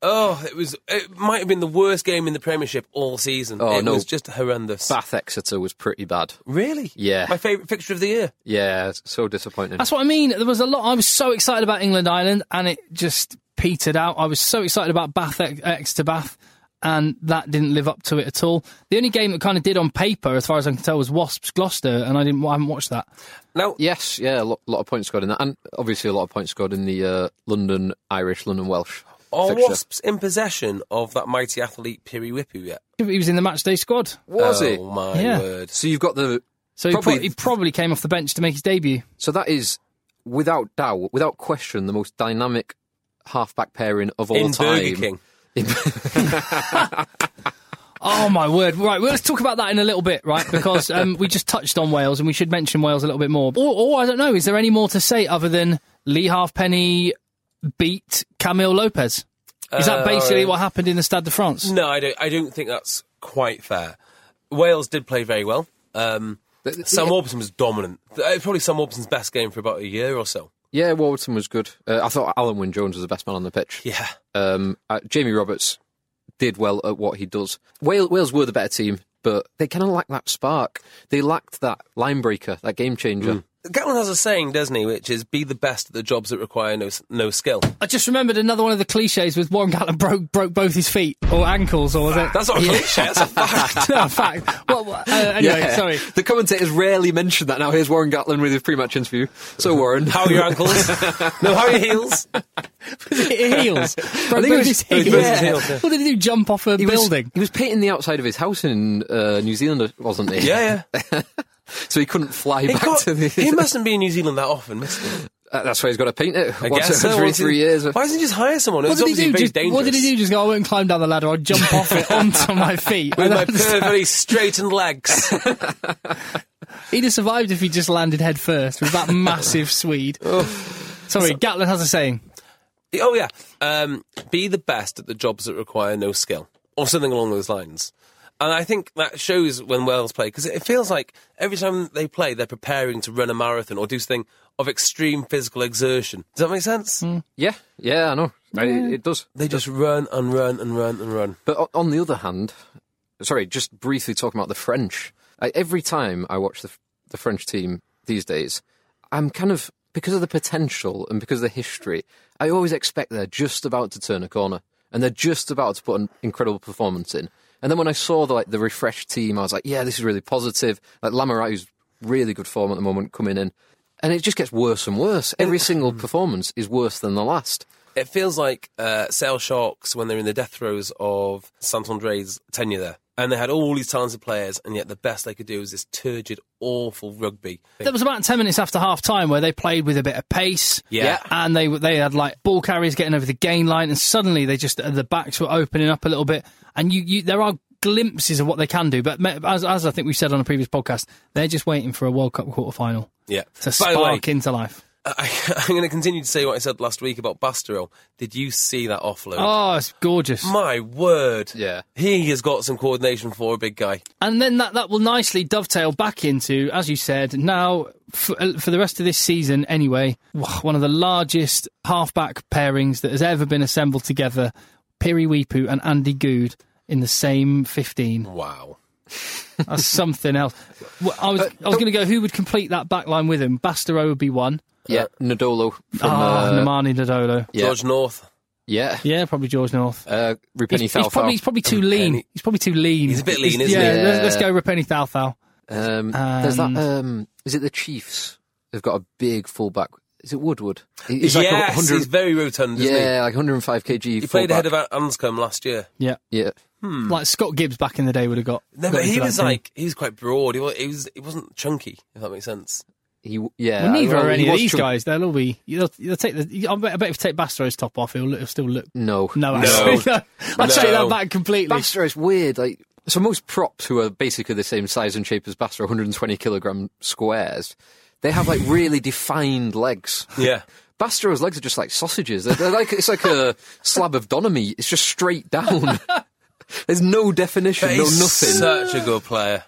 Speaker 3: oh, it was. It might have been the worst game in the Premiership all season.
Speaker 4: Oh,
Speaker 3: it
Speaker 4: no.
Speaker 3: was just horrendous.
Speaker 4: Bath Exeter was pretty bad.
Speaker 3: Really?
Speaker 4: Yeah.
Speaker 3: My favourite fixture of the year.
Speaker 4: Yeah, s- so disappointing.
Speaker 2: That's what I mean. There was a lot. I was so excited about England Ireland, and it just petered out. I was so excited about Bath ex- Exeter Bath, and that didn't live up to it at all. The only game that kind of did on paper, as far as I can tell, was Wasps Gloucester, and I didn't. I haven't watched that.
Speaker 3: Now,
Speaker 4: Yes, yeah, a lot, lot of points scored in that, and obviously a lot of points scored in the uh, London Irish, London Welsh.
Speaker 3: are
Speaker 4: fixture.
Speaker 3: Wasps in possession of that mighty athlete Piri Whippu yet?
Speaker 2: He was in the matchday squad,
Speaker 4: Was
Speaker 3: oh,
Speaker 4: it?
Speaker 3: my
Speaker 2: Yeah.
Speaker 3: word.
Speaker 4: So you've got the
Speaker 2: so he pro-
Speaker 4: Probably-
Speaker 2: he probably came off the bench to make his debut.
Speaker 4: so that is without doubt, without question, the most dynamic halfback pairing of all
Speaker 3: in
Speaker 4: time.
Speaker 3: Burger King.
Speaker 2: Oh my word! Right, well, let's talk about that in a little bit, right? Because um, we just touched on Wales, and we should mention Wales a little bit more. Or, or I don't know, is there any more to say other than Lee Halfpenny beat Camille Lopez? Is that
Speaker 3: Uh,
Speaker 2: basically what happened in the Stade de France?
Speaker 3: No, I don't. I don't think that's quite fair. Wales did play very well. Um,
Speaker 4: Th- th-
Speaker 3: Sam
Speaker 4: yeah.
Speaker 3: Orbison was dominant. Uh, Probably Sam Orbison's best game for about a year or so.
Speaker 4: Yeah, Warburton was good. Uh, I thought Alan Wynne Jones was the best man on the pitch.
Speaker 3: Yeah.
Speaker 4: Um, uh, Jamie Roberts did well at what he does. Wales, Wales were the better team, but they kind of lacked that spark. They lacked that line breaker, that game changer.
Speaker 3: Mm. Gatlin has a saying, doesn't he, which is "Be the best at the jobs that require no s- no skill."
Speaker 2: I just remembered another one of the cliches was Warren Gatlin broke broke both his feet or ankles, or was it?
Speaker 3: That's not a cliche. That's a fact.
Speaker 2: no, fact. Well, well, uh, anyway,
Speaker 4: Yeah.
Speaker 2: sorry.
Speaker 4: The commentators rarely mention that. Now here's Warren Gatlin with his pre-match interview. So Warren,
Speaker 3: How are your ankles? no, how are your heels?
Speaker 2: heels. Broke
Speaker 4: it
Speaker 2: both
Speaker 4: was-
Speaker 2: his
Speaker 4: it was
Speaker 2: heels.
Speaker 3: his heels, yeah.
Speaker 2: What did he do? Jump off a
Speaker 4: he
Speaker 2: building?
Speaker 4: Was, he was painting the outside of his house in uh, New Zealand, wasn't he?
Speaker 3: Yeah, yeah.
Speaker 4: so he couldn't fly
Speaker 3: He,
Speaker 4: back
Speaker 3: can't-
Speaker 4: to the.
Speaker 3: he mustn't be in New Zealand that often, must he?
Speaker 4: Uh, that's why he's got to paint it
Speaker 3: I
Speaker 4: once
Speaker 3: guess so.
Speaker 4: every
Speaker 3: Why doesn't-
Speaker 4: three years.
Speaker 3: Why doesn't he just hire someone?
Speaker 2: What
Speaker 3: It's
Speaker 2: did he
Speaker 3: obviously
Speaker 2: do?
Speaker 3: very
Speaker 2: Just,
Speaker 3: dangerous.
Speaker 2: what did he do? Just go, I won't climb down the ladder. I'll jump off it onto my feet. I
Speaker 3: With
Speaker 2: don't
Speaker 3: my
Speaker 2: understand.
Speaker 3: perfectly straightened legs.
Speaker 2: He'd have survived if he just landed head first with that massive Swede. Sorry, Gatlin has a saying.
Speaker 3: oh yeah, um, be the best at the jobs that require no skill, or something along those lines. And I think that shows when Wales play because it feels like every time they play, they're preparing to run a marathon or do something of extreme physical exertion. Does that make sense?
Speaker 4: Yeah, yeah, I know. I- it does.
Speaker 3: They just run and run and run and run.
Speaker 4: But o- on the other hand, sorry, just briefly talking about the French. I, every time I watch the, the French team these days, I'm kind of because of the potential and because of the history, I always expect they're just about to turn a corner and they're just about to put an incredible performance in. And then when I saw the like the refreshed team, I was like, yeah, this is really positive. Like Lamoureux, who's really good form at the moment, coming in. And it just gets worse and worse. Every single performance is worse than the last.
Speaker 3: It feels like uh, Sale Sharks when they're in the death throes of Santandre's tenure there. And they had all these talented players, and yet the best they could do was this turgid, awful rugby.
Speaker 2: There was about 10 minutes after half time where they played with a bit of pace.
Speaker 3: Yeah.
Speaker 2: And they they had like ball carriers getting over the gain line, and suddenly they just, the backs were opening up a little bit. And you, you there are glimpses of what they can do. But me- as, as I think we've said on a previous podcast, they're just waiting for a World Cup quarter final
Speaker 3: Yeah.
Speaker 2: to
Speaker 3: By the way,
Speaker 2: spark into life.
Speaker 3: I, I'm going to continue to say what I said last week about Basteril. Did you see that offload?
Speaker 2: Oh, it's gorgeous.
Speaker 3: My word.
Speaker 4: Yeah.
Speaker 3: He has got some coordination for a big guy.
Speaker 2: And then that, that will nicely dovetail back into, as you said, now for, for the rest of this season anyway, wah, one of the largest halfback pairings that has ever been assembled together Piri Wipu and Andy Good in the same 15.
Speaker 3: Wow.
Speaker 2: That's something else. Well, I was, I was going to go, who would complete that back line with him? Bastero would be one.
Speaker 4: Yeah, Nadolo Uh, from
Speaker 2: Ah,
Speaker 4: uh,
Speaker 2: Namani Dodolo.
Speaker 4: Yeah.
Speaker 3: George North.
Speaker 4: yeah,
Speaker 2: Yeah, probably George North.
Speaker 4: Uh, Rupini
Speaker 2: He's, he's probably, he's probably too lean. He's probably too lean.
Speaker 3: He's a bit lean, isn't he?
Speaker 2: yeah, let's- let's go Rapeni Thalthal.
Speaker 4: um, there's that. Um, is it the Chiefs? They've got a big fullback. Is it Woodward? He- He's like a
Speaker 3: yes,
Speaker 4: 100
Speaker 3: he's very rotund, isn't
Speaker 4: yeah, like 105 kg.
Speaker 3: he? He played ahead of Anscombe last year.
Speaker 2: Yeah.
Speaker 4: Yeah,
Speaker 2: Like Scott Gibbs back in the day would have got.
Speaker 3: Mm. No,
Speaker 2: got
Speaker 3: but he
Speaker 2: into that
Speaker 3: was
Speaker 2: team.
Speaker 3: like, he was quite broad. He was, he was, he wasn't chunky, if that makes sense.
Speaker 4: he. Yeah,
Speaker 3: uh,
Speaker 2: Well, neither
Speaker 4: well,
Speaker 2: are
Speaker 4: he
Speaker 2: any of
Speaker 4: was
Speaker 2: these
Speaker 4: chunk-
Speaker 2: guys. They'll all be. They'll, they'll take the. I bet, I bet if you take Bastero's top off, he'll, look, he'll still look.
Speaker 4: No,
Speaker 2: No,
Speaker 3: No.
Speaker 2: actually, no. I take that
Speaker 3: No.
Speaker 2: back completely.
Speaker 4: Bastro is weird. Like, so most props who are basically the same size and shape as Bastro, 120 kilogram squares, they have like really defined legs.
Speaker 3: Yeah.
Speaker 4: Bastro's legs are just like sausages. They're, they're like it's like a slab of doner meat. It's just straight down. There's no definition,
Speaker 3: But
Speaker 4: no
Speaker 3: he's
Speaker 4: nothing.
Speaker 3: Such a good player.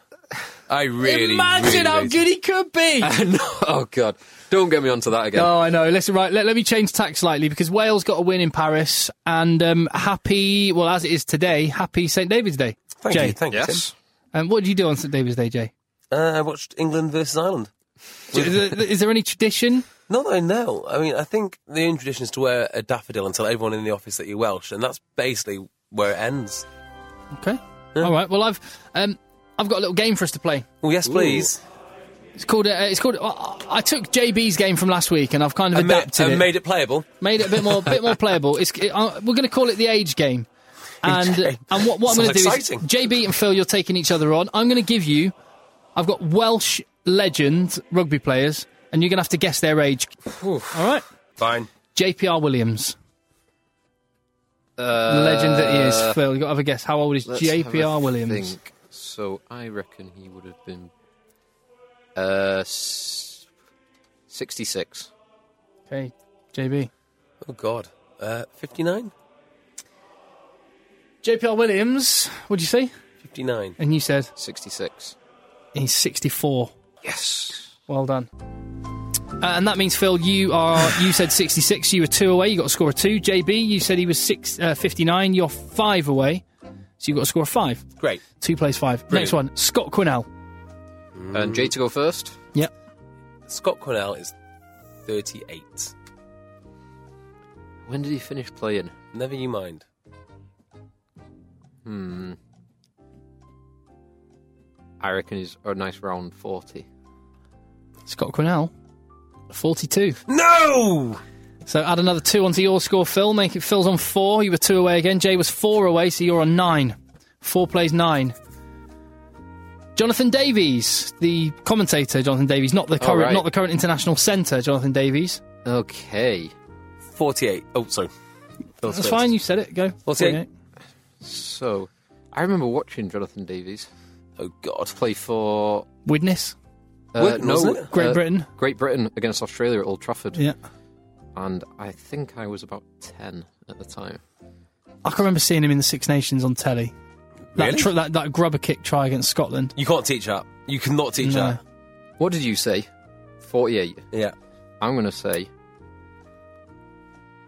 Speaker 3: I really
Speaker 2: Imagine
Speaker 3: really
Speaker 2: how
Speaker 3: rate
Speaker 2: good he could be.
Speaker 4: No- oh god, don't get me onto that again.
Speaker 2: Oh, I know. Listen, right. Let, let me change tack slightly because Wales got a win in Paris, and um, happy. Well, as it is today, happy St David's Day.
Speaker 3: Thank
Speaker 2: Jay,
Speaker 3: you. Thank you. Tim.
Speaker 2: Um, what did you do on St David's Day, Jay?
Speaker 3: Uh, I watched England versus Ireland.
Speaker 2: Is there- is there any tradition?
Speaker 3: Not that I know. I mean, I think the only tradition is to wear a daffodil and tell everyone in the office that you're Welsh, and that's basically where it ends.
Speaker 2: Okay. All right. Well, I've um, I've got a little game for us to play.
Speaker 3: Well, Oh, yes, please.
Speaker 2: It's called. Uh, it's called. Uh, I took JB's game from last week, and I've kind of
Speaker 3: And, ma-
Speaker 2: adapted
Speaker 3: and
Speaker 2: it,
Speaker 3: made it playable.
Speaker 2: made it a bit more, bit more playable. It's. It, uh, we're going to call it the age game, and uh,
Speaker 3: Okay.
Speaker 2: and what, what I'm going to
Speaker 3: Sounds
Speaker 2: do is
Speaker 3: exciting.
Speaker 2: JB and Phil, you're taking each other on. I'm going to give you. I've got Welsh legend rugby players, and you're going to have to guess their age. All right.
Speaker 3: Fine.
Speaker 2: JPR Williams. legend that he
Speaker 3: Uh,
Speaker 2: is, Phil. You've got to have a guess. How old is
Speaker 4: Uh, Let's have
Speaker 2: JPR
Speaker 4: a
Speaker 2: Williams?
Speaker 4: think. So I reckon he would have been uh s- 66.
Speaker 2: Okay, JB.
Speaker 3: Oh, God. Uh, 59?
Speaker 2: JPR Williams, what'd you say?
Speaker 3: 59.
Speaker 2: And you said
Speaker 4: 66.
Speaker 2: he's 64.
Speaker 4: Yes.
Speaker 2: Well done. Uh, and that means Phil, you are you said 66. You were two away. You got to score a two. JB, you said he was six uh, 59. You're five away, so you have got to score a five.
Speaker 3: Great.
Speaker 2: Two plays five. Next
Speaker 3: Brilliant.
Speaker 2: one, Scott Quinnell.
Speaker 4: And Jay to go first.
Speaker 2: Yep.
Speaker 3: Scott Cornell is 38.
Speaker 4: When did he finish playing?
Speaker 3: Never you mind.
Speaker 4: Hmm. I reckon he's a nice round 40.
Speaker 2: Scott Quinnell, 42.
Speaker 3: No!
Speaker 2: So add another two onto your score, Phil. Make it Phil's on four. You were two away again. Jay was four away, so you're on nine. Four plays nine. Jonathan Davies, the commentator, Jonathan Davies, not the
Speaker 4: Oh,
Speaker 2: current,
Speaker 4: right.
Speaker 2: not the current international centre, Jonathan Davies,
Speaker 4: Okay.
Speaker 3: 48. Oh, sorry. Bill
Speaker 2: That's
Speaker 3: Spence.
Speaker 2: fine. You said it. Go.
Speaker 3: 48.
Speaker 4: So, I remember watching Jonathan Davies
Speaker 3: Oh, God.
Speaker 4: play for
Speaker 2: Widnes.
Speaker 4: uh,
Speaker 3: Wigan,
Speaker 4: no
Speaker 3: wasn't it?
Speaker 2: Great
Speaker 4: uh,
Speaker 2: Britain.
Speaker 4: Great Britain against Australia at Old Trafford,
Speaker 2: Yeah.
Speaker 4: and I think I was about ten at the time.
Speaker 2: I can remember seeing him in the Six Nations on telly. That,
Speaker 3: Really?
Speaker 2: tr- that, that grubber kick try against Scotland.
Speaker 3: You can't teach that. You cannot teach
Speaker 2: No.
Speaker 3: that.
Speaker 4: What did you say? Forty-eight.
Speaker 3: Yeah.
Speaker 4: I'm going to say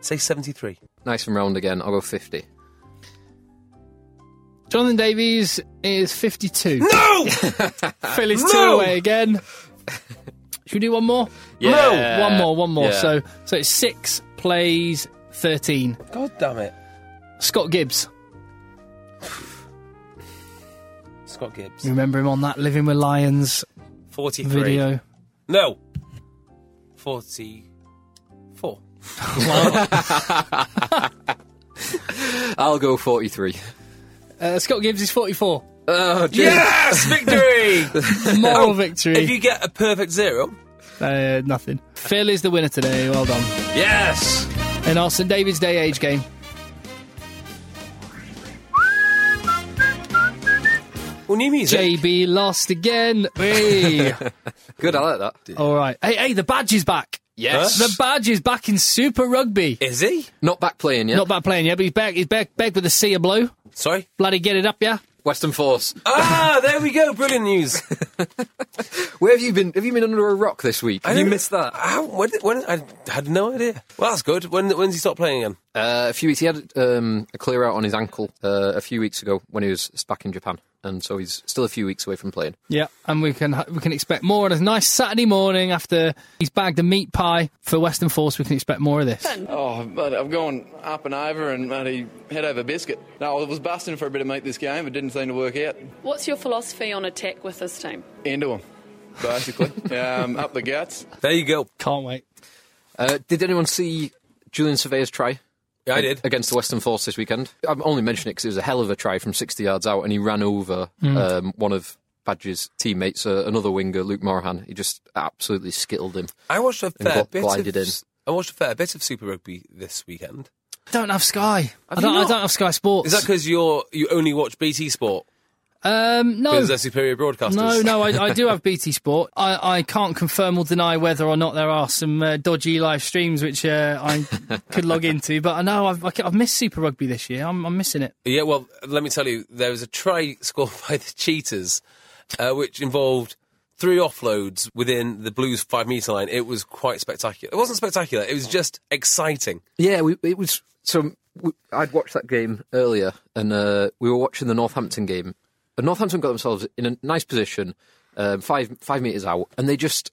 Speaker 3: Say 73.
Speaker 4: nice and round again. I'll go fifty.
Speaker 2: Jonathan Davies is 52.
Speaker 3: No!
Speaker 2: Philly's two
Speaker 3: No!
Speaker 2: away again. Should we do one more?
Speaker 4: Yeah.
Speaker 2: One more, one more.
Speaker 4: Yeah.
Speaker 2: So so it's six plays 13.
Speaker 3: God damn it.
Speaker 2: Scott Gibbs.
Speaker 3: Scott Gibbs.
Speaker 2: You remember him on that Living with Lions
Speaker 3: 43.
Speaker 2: video?
Speaker 3: No. 44.
Speaker 4: I'll go forty-three.
Speaker 2: Uh, Scott Gibbs is 44.
Speaker 4: Oh,
Speaker 3: Yes! Victory!
Speaker 2: Moral
Speaker 3: if
Speaker 2: victory.
Speaker 3: you get a perfect zero.
Speaker 2: Uh, nothing. Phil is the winner today. Well done.
Speaker 3: Yes!
Speaker 2: in our St David's Day age game.
Speaker 3: Well, new music.
Speaker 2: JB lost again. Hey.
Speaker 4: good. I like that. Oh.
Speaker 2: All right. Hey, hey, the badge is back.
Speaker 4: Yes.
Speaker 2: The badge is back in Super Rugby.
Speaker 3: Is he?
Speaker 4: Not back playing yet.
Speaker 2: Not bad playing, yeah, but he's back. He's back, back with a sea of blue.
Speaker 3: Sorry.
Speaker 2: Bloody get it up, yeah.
Speaker 4: Western Force.
Speaker 3: Ah, there we go. Brilliant news.
Speaker 4: Where have you been? Have you been under a rock this week? Have you
Speaker 3: don't-
Speaker 4: missed that?
Speaker 3: I, haven't- when, did- when, I had no idea. Well, that's good. When, when's he stop playing again?
Speaker 4: Uh, a few weeks. He had um, a clear out on his ankle uh, a few weeks ago when he was back in Japan, and so he's still a few weeks away from playing.
Speaker 2: Yeah, and we can we can expect more on a nice Saturday morning after he's bagged a meat pie for Western Force. We can expect more of this.
Speaker 5: Oh, but I've gone up and over and bloody head over biscuit. No, I was busting for a bit of meat this game, but didn't seem to work out.
Speaker 6: What's your philosophy on attack with this team?
Speaker 5: Into them, basically. um, up the guts.
Speaker 3: There you go.
Speaker 2: Can't wait.
Speaker 4: Uh, did anyone see Julian Surveyor's try?
Speaker 3: Yeah, I did.
Speaker 4: against the Western Force this weekend. I'm only mentioning it because it was a hell of a try from 60 yards out, and he ran over um, one of Badger's teammates, uh, another winger, Luke Morahan. He just absolutely skittled him.
Speaker 3: I watched a
Speaker 4: And
Speaker 3: fair
Speaker 4: gl-
Speaker 3: bit
Speaker 4: glided
Speaker 3: of,
Speaker 4: in.
Speaker 3: I watched a fair bit of Super Rugby this weekend.
Speaker 2: Don't have Sky. I
Speaker 3: you
Speaker 2: don't, I
Speaker 3: not?
Speaker 2: don't have Sky Sports.
Speaker 3: Is that because you're you only watch BT Sport
Speaker 2: um, no.
Speaker 3: because they're superior broadcasters?
Speaker 2: No, no, I, I do have BT Sport. I, I can't confirm or deny whether or not there are some uh, dodgy live streams which uh, I could log into, but I know I've, I ca- I've missed Super Rugby this year. I'm, I'm missing it.
Speaker 3: Yeah, well, let me tell you, there was a try scored by the Cheaters, uh, which involved three offloads within the Blues five metre line. It was quite spectacular. It wasn't spectacular. It was just exciting.
Speaker 4: Yeah, we, it was. So we, I'd watched that game earlier, and uh, we were watching the Northampton game. And Northampton got themselves in a nice position, um, five five meters out, and they just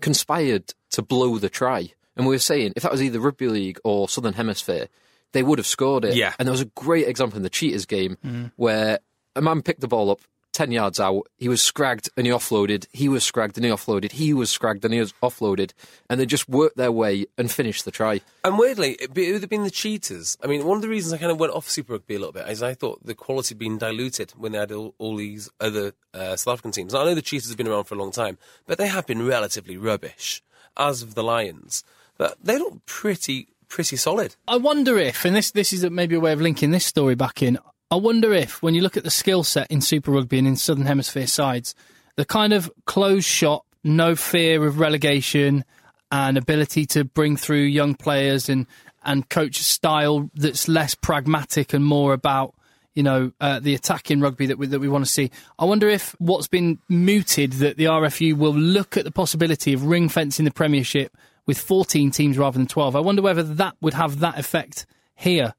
Speaker 4: conspired to blow the try. And we were saying if that was either rugby league or Southern Hemisphere, they would have scored it.
Speaker 3: Yeah.
Speaker 4: And there was a great example in the Cheaters game where a man picked the ball up. 10 yards out, he was scragged and he offloaded. He was scragged and he offloaded. He was scragged and he was offloaded. And they just worked their way and finished the try.
Speaker 3: And weirdly, it, be, it would have been the Cheaters. I mean, one of the reasons I kind of went off Super Rugby a little bit is I thought the quality had been diluted when they had all, all these other uh, South African teams. Now, I know the Cheaters have been around for a long time, but they have been relatively rubbish, as of the Lions. But they look pretty, pretty solid.
Speaker 2: I wonder if, and this this is maybe a way of linking this story back in. I wonder if, when you look at the skill set in Super Rugby and in Southern Hemisphere sides, the kind of closed shop, no fear of relegation, and ability to bring through young players and and coach a style that's less pragmatic and more about you know uh, the attack in rugby that we, that we want to see. I wonder if what's been mooted that the RFU will look at the possibility of ring fencing the Premiership with 14 teams rather than 12. I wonder whether that would have that effect here,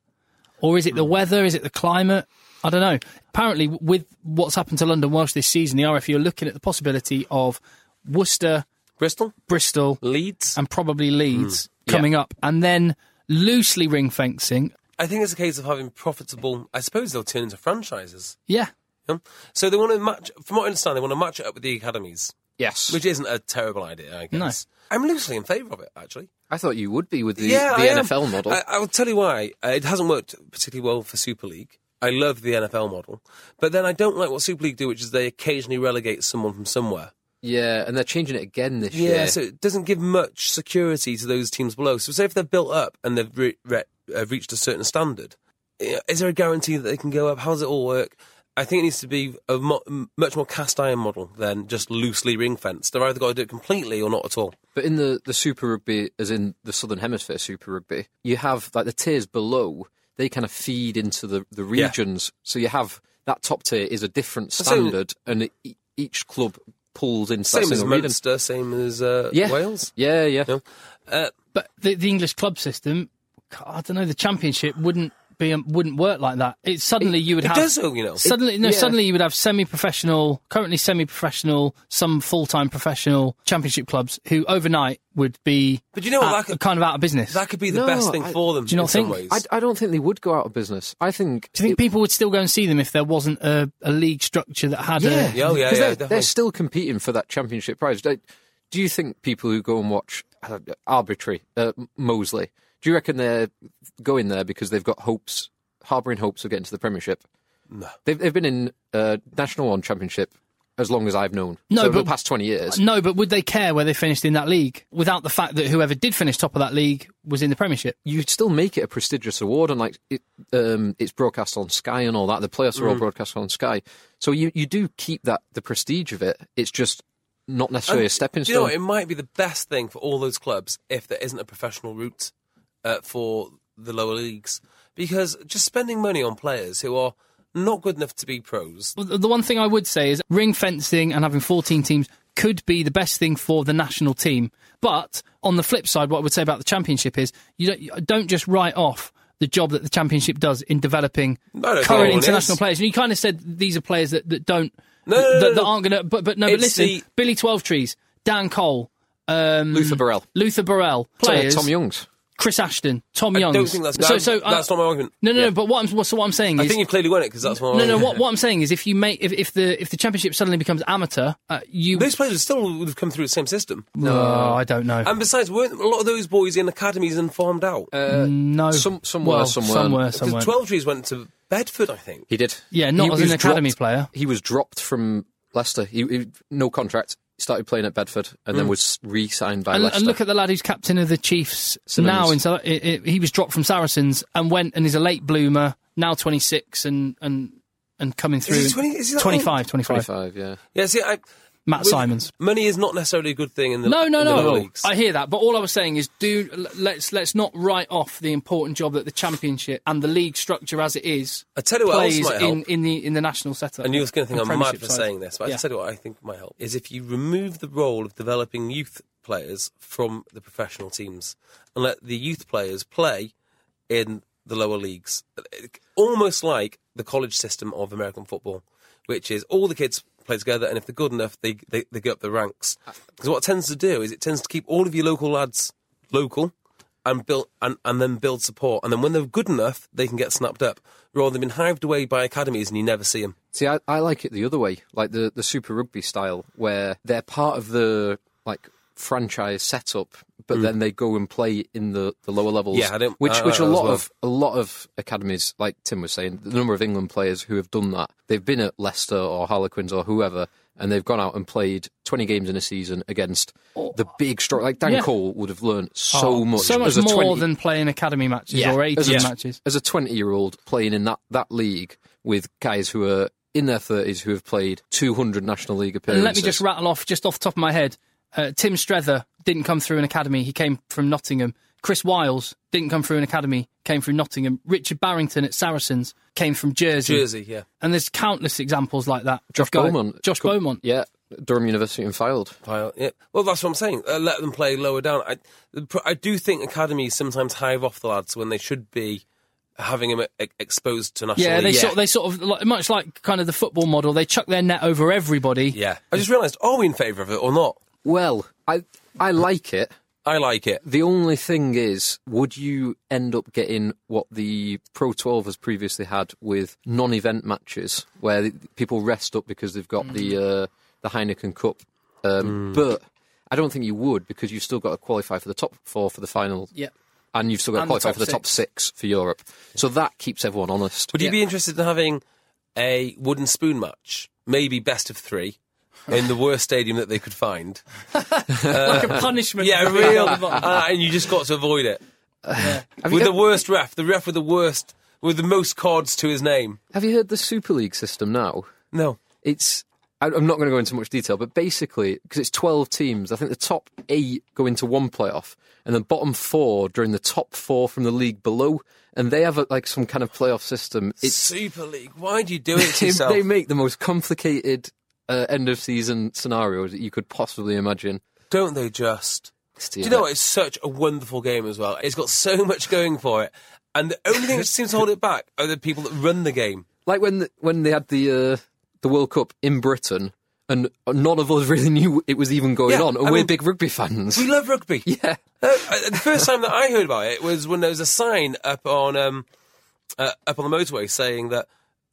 Speaker 2: or is it the weather? Is it the climate? I don't know. Apparently, w- with what's happened to London Welsh this season, the RFU are looking at the possibility of Worcester,
Speaker 3: Bristol?
Speaker 2: Bristol,
Speaker 3: Leeds?
Speaker 2: and probably Leeds coming up, and then loosely ring fencing.
Speaker 3: I think it's a case of having profitable. I suppose they'll turn into franchises.
Speaker 2: Yeah,
Speaker 3: yeah? So they want to match. From what I understand, they want to match it up with the academies,
Speaker 4: Yes.
Speaker 3: which isn't a terrible idea. I guess. I'm loosely in favour of it, actually.
Speaker 4: I thought you would be with the,
Speaker 3: yeah,
Speaker 4: the
Speaker 3: I am.
Speaker 4: NFL model.
Speaker 3: I, I'll tell you why. Uh, it hasn't worked particularly well for Super League. I love the NFL model, but then I don't like what Super League do, which is they occasionally relegate someone from somewhere.
Speaker 4: Yeah, and they're changing it again this
Speaker 3: Yeah,
Speaker 4: year.
Speaker 3: so it doesn't give much security to those teams below. So, say if they're built up and they've re- re- uh, reached a certain standard, i- is there a guarantee that they can go up? How does it all work? I think it needs to be a mo- m- much more cast iron model than just loosely ring fenced. They've either got to do it completely or not at all.
Speaker 4: But in the, the Super Rugby, as in the Southern Hemisphere Super Rugby, you have like the tiers below, they kind of feed into the, the
Speaker 3: Yeah.
Speaker 4: regions. So you have that top tier is a different
Speaker 3: The same-
Speaker 4: standard, and e- each club pulls into that
Speaker 3: Same as
Speaker 4: single region.
Speaker 3: Munster, same as uh,
Speaker 4: Yeah.
Speaker 3: Wales.
Speaker 4: Yeah, yeah.
Speaker 3: No. Uh,
Speaker 2: But the, the English club system, I don't know, the championship wouldn't be um, wouldn't work like that. It suddenly you would
Speaker 3: it
Speaker 2: have
Speaker 3: does, though, you know.
Speaker 2: Suddenly, no.
Speaker 4: yeah.
Speaker 2: Suddenly, you would have semi-professional, currently semi-professional, some full-time professional championship clubs who overnight would be.
Speaker 3: But you know what,
Speaker 2: out-
Speaker 3: that could-
Speaker 2: kind of out of business.
Speaker 3: that could be the
Speaker 4: No,
Speaker 3: best thing
Speaker 4: I-
Speaker 3: for them
Speaker 2: Do you not
Speaker 3: in some
Speaker 2: think?
Speaker 3: ways.
Speaker 4: I, I don't think they would go out of business. I think.
Speaker 2: Do you think people would still go and see them if there wasn't a, a league structure that had
Speaker 4: Yeah,
Speaker 2: a?
Speaker 3: Yeah, oh, yeah,
Speaker 4: 'Cause
Speaker 3: yeah,
Speaker 4: they're,
Speaker 3: definitely.
Speaker 4: they're still competing for that championship prize. Like, do you think people who go and watch uh, Arbitrary, uh, Mosley, do you reckon they're going there because they've got hopes, harbouring hopes of getting to the Premiership? No, they've they've been in uh, National One Championship as long as I've known.
Speaker 2: No,
Speaker 4: so over
Speaker 2: but-
Speaker 4: the past twenty years.
Speaker 2: No, but would they care where they finished in that league without the fact that whoever did finish top of that league was in the Premiership?
Speaker 4: You still make it a prestigious award, and like it, um, it's broadcast on Sky and all that. The playoffs
Speaker 3: Mm.
Speaker 4: are all broadcast on Sky, so you, you do keep that the prestige of it. It's just not necessarily a
Speaker 3: And
Speaker 4: stepping
Speaker 3: um, do
Speaker 4: stone.
Speaker 3: you know what? It might be the best thing for all those clubs if there isn't a professional route uh, for the lower leagues, because just spending money on players who are not good enough to be pros.
Speaker 2: Well, The the one thing I would say is ring fencing and having 14 teams could be the best thing for the national team. But on the flip side, what I would say about the championship is you don't, you don't just write off the job that the championship does in developing
Speaker 3: No, I don't think
Speaker 2: current
Speaker 3: anyone
Speaker 2: international
Speaker 3: is.
Speaker 2: players. And you kind of said these are players that, that don't,
Speaker 3: No, no,
Speaker 2: that,
Speaker 3: no, no,
Speaker 2: that
Speaker 3: no.
Speaker 2: aren't going to, but, but no, but
Speaker 3: It's
Speaker 2: listen,
Speaker 3: the-
Speaker 2: Billy Twelvetrees, Dan Cole, um,
Speaker 4: Luther Burrell.
Speaker 2: Luther Burrell, players,
Speaker 4: uh, Tom Youngs.
Speaker 2: Chris Ashton, Tom
Speaker 3: I
Speaker 2: Youngs. uh,
Speaker 3: don't think that's that- that's not my argument.
Speaker 2: No, no, no, but what I'm, so what I'm saying
Speaker 3: I
Speaker 2: is
Speaker 3: think you've clearly won it because that's my
Speaker 2: no, no.
Speaker 3: argument.
Speaker 2: What, what I'm saying is, if you make if, if the if the championship suddenly becomes amateur, uh, you
Speaker 3: Those players would still would have come through the same system.
Speaker 2: no, I don't know.
Speaker 3: And besides, weren't a lot of those boys in academies and farmed out?
Speaker 2: no,
Speaker 4: some- somewhere,
Speaker 2: well,
Speaker 4: somewhere.
Speaker 2: somewhere,
Speaker 3: Because
Speaker 2: Uh, somewhere.
Speaker 3: Twelve Trees went to Bedford, I think.
Speaker 4: He did.
Speaker 2: Yeah, not
Speaker 4: He
Speaker 2: as an
Speaker 4: was
Speaker 2: academy
Speaker 4: dropped-
Speaker 2: player.
Speaker 4: He was dropped from Leicester. He, he no contract. Started playing at Bedford and then was re-signed by
Speaker 2: Mm. And,
Speaker 4: Leicester.
Speaker 2: and look at the lad who's captain of the Chiefs
Speaker 4: Simmons.
Speaker 2: now. In, Sar- i i he was dropped from Saracens and went and is a late bloomer. Now 26 and and and coming through
Speaker 3: he 20? Is he that
Speaker 2: 25,
Speaker 3: old?
Speaker 2: 25.
Speaker 4: twenty-five. Yeah,
Speaker 3: Yeah, see, I,
Speaker 2: Matt
Speaker 3: with-
Speaker 2: Simons.
Speaker 3: Money is not necessarily a good thing in the
Speaker 2: No, no,
Speaker 3: in the
Speaker 2: no.
Speaker 3: lower
Speaker 2: no.
Speaker 3: leagues.
Speaker 2: I hear that, but all I was saying is, do l- let's let's not write off the important job that the championship and the league structure as it is
Speaker 3: I tell you what else
Speaker 2: plays
Speaker 3: might help.
Speaker 2: in, in the in the national setup.
Speaker 3: And you're going to think
Speaker 2: and
Speaker 3: I'm mad
Speaker 2: premiership
Speaker 3: for
Speaker 2: side.
Speaker 3: saying this, but
Speaker 2: yeah.
Speaker 3: I tell you what I think might help is if you remove the role of developing youth players from the professional teams and let the youth players play in the lower leagues, almost like the college system of American football, which is all the kids play together, and if they're good enough, they they, they go up the ranks.
Speaker 2: Uh,
Speaker 3: Because what it tends to do is it tends to keep all of your local lads local. And build and, and then build support, and then when they're good enough, they can get snapped up, rather than being hived away by academies and you never see them.
Speaker 4: See, I, I like it the other way, like the, the Super Rugby style, where they're part of the like franchise setup, but then they go and play in the, the lower levels.
Speaker 3: Hmm. Yeah, I don't-
Speaker 4: which
Speaker 3: I- I-
Speaker 4: which a
Speaker 3: as
Speaker 4: lot
Speaker 3: well.
Speaker 4: of a lot of academies, like Tim was saying, the number of England players who have done that, they've been at Leicester or Harlequins or whoever, and they've gone out and played twenty games in a season against the big strong. Like Dan
Speaker 2: Yeah.
Speaker 4: Cole would have learned so much,
Speaker 2: Oh. so much
Speaker 4: as a
Speaker 2: more
Speaker 4: 20
Speaker 2: than playing academy matches or
Speaker 4: as a-
Speaker 2: 18 matches.
Speaker 4: As a 20 year old playing in that, that league with guys who are in their 30s who have played 200 National League appearances.
Speaker 2: And let me just rattle off, just off the top of my head. Uh, Tim Strether didn't come through an academy; he came from Nottingham. Chris Wiles didn't come through an academy; came through Nottingham. Richard Barrington at Saracens came from Jersey.
Speaker 3: Jersey, yeah.
Speaker 2: And there's countless examples like that. of
Speaker 4: Josh
Speaker 2: guy-
Speaker 4: Beaumont.
Speaker 2: Josh
Speaker 4: Co-
Speaker 2: Beaumont.
Speaker 4: Yeah, Durham University and filed.
Speaker 3: Pile- yeah. Well, that's what I'm saying. Uh, let them play lower down. I, the pro- I do think academies sometimes hive off the lads when they should be having them e- exposed to national.
Speaker 2: Yeah, they
Speaker 3: league.
Speaker 2: sort they sort of like, much like kind of the football model. They chuck their net over everybody.
Speaker 3: yeah. I just realised, are we in favour of it or not?
Speaker 4: Well, I, I like it.
Speaker 3: I like it.
Speaker 4: The only thing is, would you end up getting what the Pro 12 has previously had with non event matches where the- people rest up because they've got the,
Speaker 2: Mm.
Speaker 4: uh, the Heineken Cup? Um, But I don't think you would because you've still got to qualify for the top four for the final.
Speaker 2: Yeah.
Speaker 4: and you've still got to
Speaker 2: And the
Speaker 4: qualify
Speaker 2: top
Speaker 4: for the top six for Europe. So that keeps everyone honest.
Speaker 3: Would you be interested in having a wooden spoon match? Maybe best of three, in the worst stadium that they could find.
Speaker 2: like a punishment.
Speaker 3: Yeah,
Speaker 2: for being
Speaker 3: real.
Speaker 2: on the bottom.
Speaker 3: uh, and you just got to avoid it.
Speaker 4: Have you,
Speaker 3: With the
Speaker 4: heard,
Speaker 3: worst ref, the ref with the worst, with the most cards to his name.
Speaker 4: have you heard the Super League system now?
Speaker 3: No.
Speaker 4: It's I- I'm not going to go into much detail, but basically, because it's 12 teams, I think the top eight go into one playoff, and the bottom four during the top four from the league below, and they have a, like some kind of playoff system. It's
Speaker 3: Super League. Why do you do it to
Speaker 4: they,
Speaker 3: yourself?
Speaker 4: they make the most complicated uh, end of season scenarios that you could possibly imagine.
Speaker 3: Don't they just? Do
Speaker 4: Steve,
Speaker 3: you know what? It's such a wonderful game as well. It's got so much going for it. And the only thing that seems to hold it back are the people that run the game.
Speaker 4: Like when the, when they had the uh, the World Cup in Britain, and none of us really knew it was even going
Speaker 3: Yeah,
Speaker 4: on, and
Speaker 3: I
Speaker 4: we're
Speaker 3: mean-
Speaker 4: big rugby fans.
Speaker 3: We love rugby.
Speaker 4: yeah.
Speaker 3: No, uh, the first time that I heard about it was when there was a sign up on um, uh, up on the motorway saying that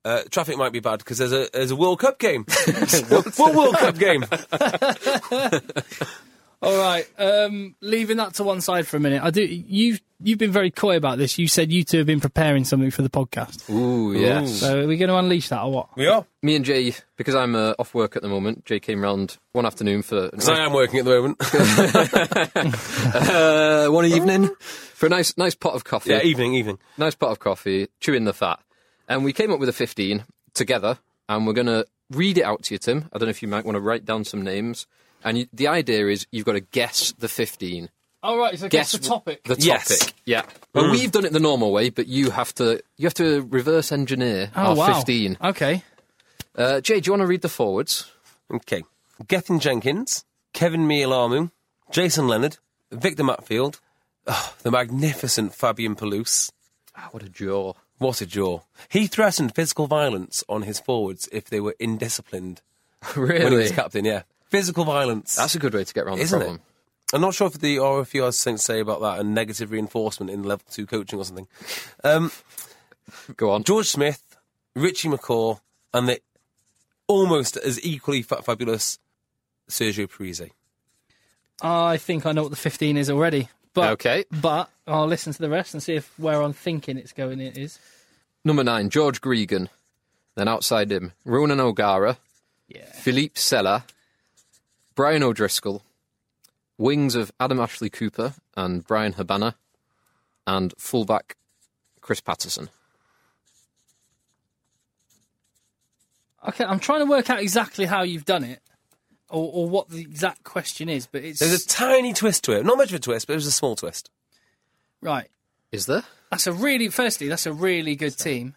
Speaker 3: uh, traffic might be bad because there's a there's a World Cup game. what? World Cup game?
Speaker 2: All right, um, leaving that to one side for a minute. I do. You've you've been very coy about this. You said you two have been preparing something for the podcast.
Speaker 4: Ooh, yes.
Speaker 2: So are we going to unleash that or what?
Speaker 3: We are
Speaker 4: me and Jay, because I'm uh, off work at the moment, Jay came round one afternoon for
Speaker 3: because I am working at the moment.
Speaker 4: uh, one evening for a nice nice pot of coffee.
Speaker 3: yeah, e- evening, evening.
Speaker 4: nice pot of coffee, chewing the fat, and we came up with a 15 together, and we're gonna read it out to you, Tim. I don't know if you might want to write down some names, and you, the idea is you've got to guess the 15.
Speaker 2: All right, so guess the topic.
Speaker 4: The topic.
Speaker 3: Yes. Hmm.
Speaker 4: Yeah. Well, we've done it the normal way, but you have to you have to reverse engineer
Speaker 2: oh
Speaker 4: our
Speaker 2: wow.
Speaker 4: 15.
Speaker 2: Okay.
Speaker 4: Uh, Jay, do you want to read the forwards?
Speaker 3: Okay, Gethin Jenkins, Kevin Mialamu, Jason Leonard, Victor Matfield, oh, the magnificent Fabian Palouse.
Speaker 4: Ah, what a jaw.
Speaker 3: What a jaw! He threatened physical violence on his forwards if they were indisciplined when he
Speaker 4: really?
Speaker 3: was captain. Yeah, physical violence.
Speaker 4: That's a good way to get around
Speaker 3: Isn't
Speaker 4: the problem.
Speaker 3: it? I'm not sure if the RFU has something to say about that and negative reinforcement in level two coaching or something. Um,
Speaker 4: Go on.
Speaker 3: George Smith, Richie McCaw, and the almost as equally fa- fabulous Sergio Parise.
Speaker 2: I think I know what the fifteen is already. But,
Speaker 4: Okay.
Speaker 2: But I'll listen to the rest and see if where I'm thinking it's going. It is.
Speaker 4: Number nine, George Gregan. Then outside him, Ronan O'Gara,
Speaker 2: Yeah.
Speaker 4: Philippe Sella, Brian O'Driscoll, wings of Adam Ashley Cooper and Brian Habana, and fullback Chris Patterson.
Speaker 2: Okay, I'm trying to work out exactly how you've done it, or, or what the exact question is. But it's
Speaker 3: There's a tiny twist to it. Not much of a twist, but it was a small twist.
Speaker 2: right.
Speaker 4: Is there?
Speaker 2: That's a really. Firstly, that's a really good team.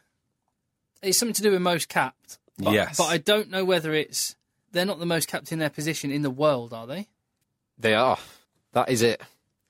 Speaker 2: It's something to do with most capped. But,
Speaker 3: Yes.
Speaker 2: But I don't know whether it's they're not the most capped in their position in the world, are they?
Speaker 4: They are. That is it.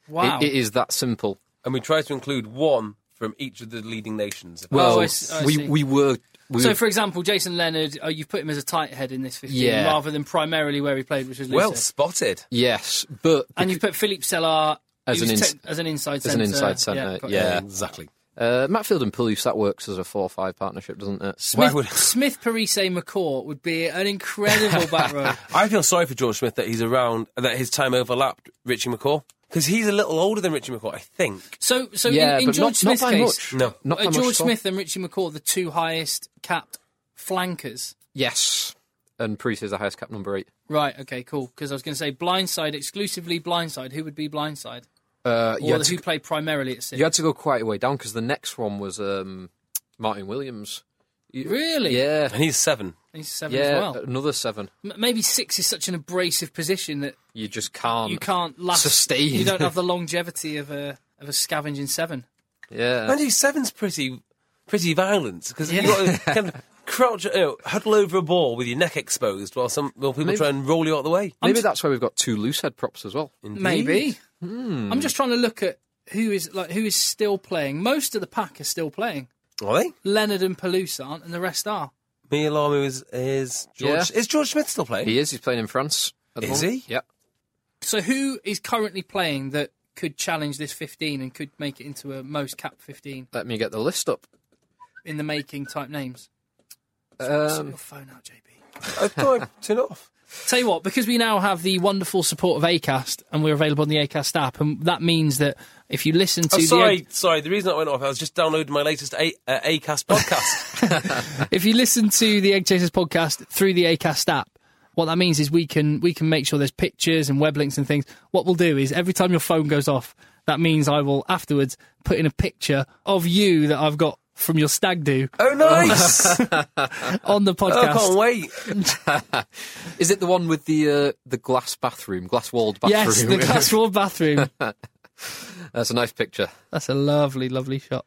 Speaker 2: Wow.
Speaker 4: It, it is that simple.
Speaker 3: And we tried to include one from each of the leading nations.
Speaker 2: Well,
Speaker 4: Well,
Speaker 2: Oh, I s- I
Speaker 4: we,
Speaker 2: see.
Speaker 4: we were. We
Speaker 2: so,
Speaker 4: were-
Speaker 2: for example, Jason Leonard, uh, you've put him as a tight head in this 15
Speaker 4: Yeah.
Speaker 2: rather than primarily where he played, which was loose
Speaker 3: well
Speaker 2: head.
Speaker 3: spotted.
Speaker 4: yes, but
Speaker 2: And you've put Philippe Sellar
Speaker 4: As
Speaker 2: he was
Speaker 4: an
Speaker 2: tech-
Speaker 4: ins-
Speaker 2: as an inside
Speaker 4: as
Speaker 2: centre.
Speaker 4: an inside centre,
Speaker 2: got-
Speaker 4: Yeah.
Speaker 3: exactly.
Speaker 4: uh, Matfield and Palouse, that works as a 4 5 partnership, doesn't it?
Speaker 3: Why
Speaker 2: Smith,
Speaker 3: would-
Speaker 2: Smith Parise McCourt would be an incredible back row.
Speaker 3: I feel sorry for George Smith that he's around, that his time overlapped Richie McCaw. Because he's a little older than Richie McCaw, I think.
Speaker 2: So, so
Speaker 4: yeah,
Speaker 2: in, in
Speaker 4: but
Speaker 2: George
Speaker 4: not,
Speaker 2: Smith's
Speaker 4: not by
Speaker 2: case,
Speaker 4: much.
Speaker 3: No.
Speaker 4: Not by
Speaker 2: uh,
Speaker 4: much
Speaker 2: George
Speaker 4: at all.
Speaker 2: Smith and Richie McCaw, the two highest capped flankers.
Speaker 4: Yes. And Priest is the highest cap number eight.
Speaker 2: Right. Okay. Cool. Because I was going to say blindside, exclusively blindside. Who would be blindside?
Speaker 4: Uh,
Speaker 2: Or
Speaker 4: you, had
Speaker 2: who
Speaker 4: to,
Speaker 2: played primarily at six?
Speaker 4: you had to go quite a way down because the next one was um, Martin Williams. You-
Speaker 2: Really?
Speaker 4: Yeah.
Speaker 3: And he's seven.
Speaker 2: He's seven
Speaker 4: Yeah,
Speaker 2: as well.
Speaker 4: another seven.
Speaker 2: M- Maybe six is such an abrasive position that
Speaker 4: You just can't.
Speaker 2: you can't last.
Speaker 4: Um, sustain.
Speaker 2: You don't have the longevity of a of a scavenging seven.
Speaker 4: Yeah.
Speaker 3: Mind you, seven's pretty, pretty violent because you got to kind of crouch, you know, huddle over a ball with your neck exposed while some while people
Speaker 4: Maybe-
Speaker 3: try and roll you out the way.
Speaker 4: Maybe that's why we've got two loose head props as well.
Speaker 2: Maybe. Hmm.
Speaker 4: Hmm.
Speaker 2: I'm just trying to look at who is like who is still playing. Most of the pack are still playing.
Speaker 3: Are they?
Speaker 2: Leonard and Palouse aren't, and the rest are.
Speaker 3: Mialamu is is George.
Speaker 4: Yeah.
Speaker 3: Is George Smith still playing?
Speaker 4: He is. He's playing in France. At the
Speaker 3: Is
Speaker 4: moment.
Speaker 3: he?
Speaker 4: Yeah.
Speaker 2: So who is currently playing that could challenge this 15 and could make it into a most cap 15
Speaker 4: Let me get the list up.
Speaker 2: in the making type names? Sort
Speaker 4: Um,
Speaker 2: your phone out, JB.
Speaker 3: I thought I'd turn it off.
Speaker 2: Tell you what, because we now have the wonderful support of Acast and we're available on the Acast app, and that means that if you listen to
Speaker 3: Oh,
Speaker 2: the
Speaker 3: sorry, sorry. The reason I went off, I was just downloading my latest a- uh, Acast podcast.
Speaker 2: if you listen to the Egg Chasers podcast through the Acast app, What that means is we can we can make sure there's pictures and web links and things. What we'll do is every time your phone goes off, that means I will afterwards put in a picture of you that I've got from your stag do
Speaker 3: Oh, nice!
Speaker 2: on the
Speaker 3: Oh, I
Speaker 2: podcast.
Speaker 3: can't wait.
Speaker 4: Is it the one with the uh, the glass bathroom, glass walled bathroom?
Speaker 2: yes, the glass wall bathroom.
Speaker 4: That's a nice picture.
Speaker 2: That's a lovely, lovely shot.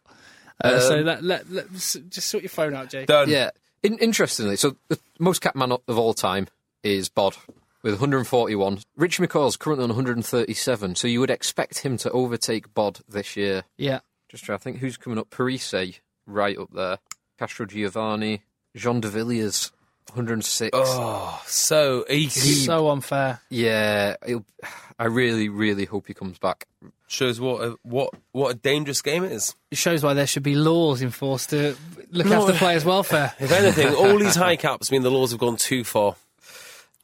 Speaker 2: Uh, so let, let, let, s- just sort your phone out, Jay.
Speaker 3: Done.
Speaker 4: Yeah. In- interestingly, so the most capped man of all time is Bod with 141. Richie McCall's currently on 137, so you would expect him to overtake Bod this year.
Speaker 2: Yeah.
Speaker 4: Just try, I think who's coming up? Parise, right up there. Castro Giovanni, Jean de Villiers, 106.
Speaker 3: Oh, so easy.
Speaker 2: So unfair.
Speaker 4: Yeah, it'll, I really, really hope he comes back.
Speaker 3: Shows what a, what what a dangerous game it is.
Speaker 2: It shows why there should be laws enforced to look
Speaker 3: No.
Speaker 2: after players' welfare.
Speaker 3: If anything, all these high caps mean the laws have gone too far.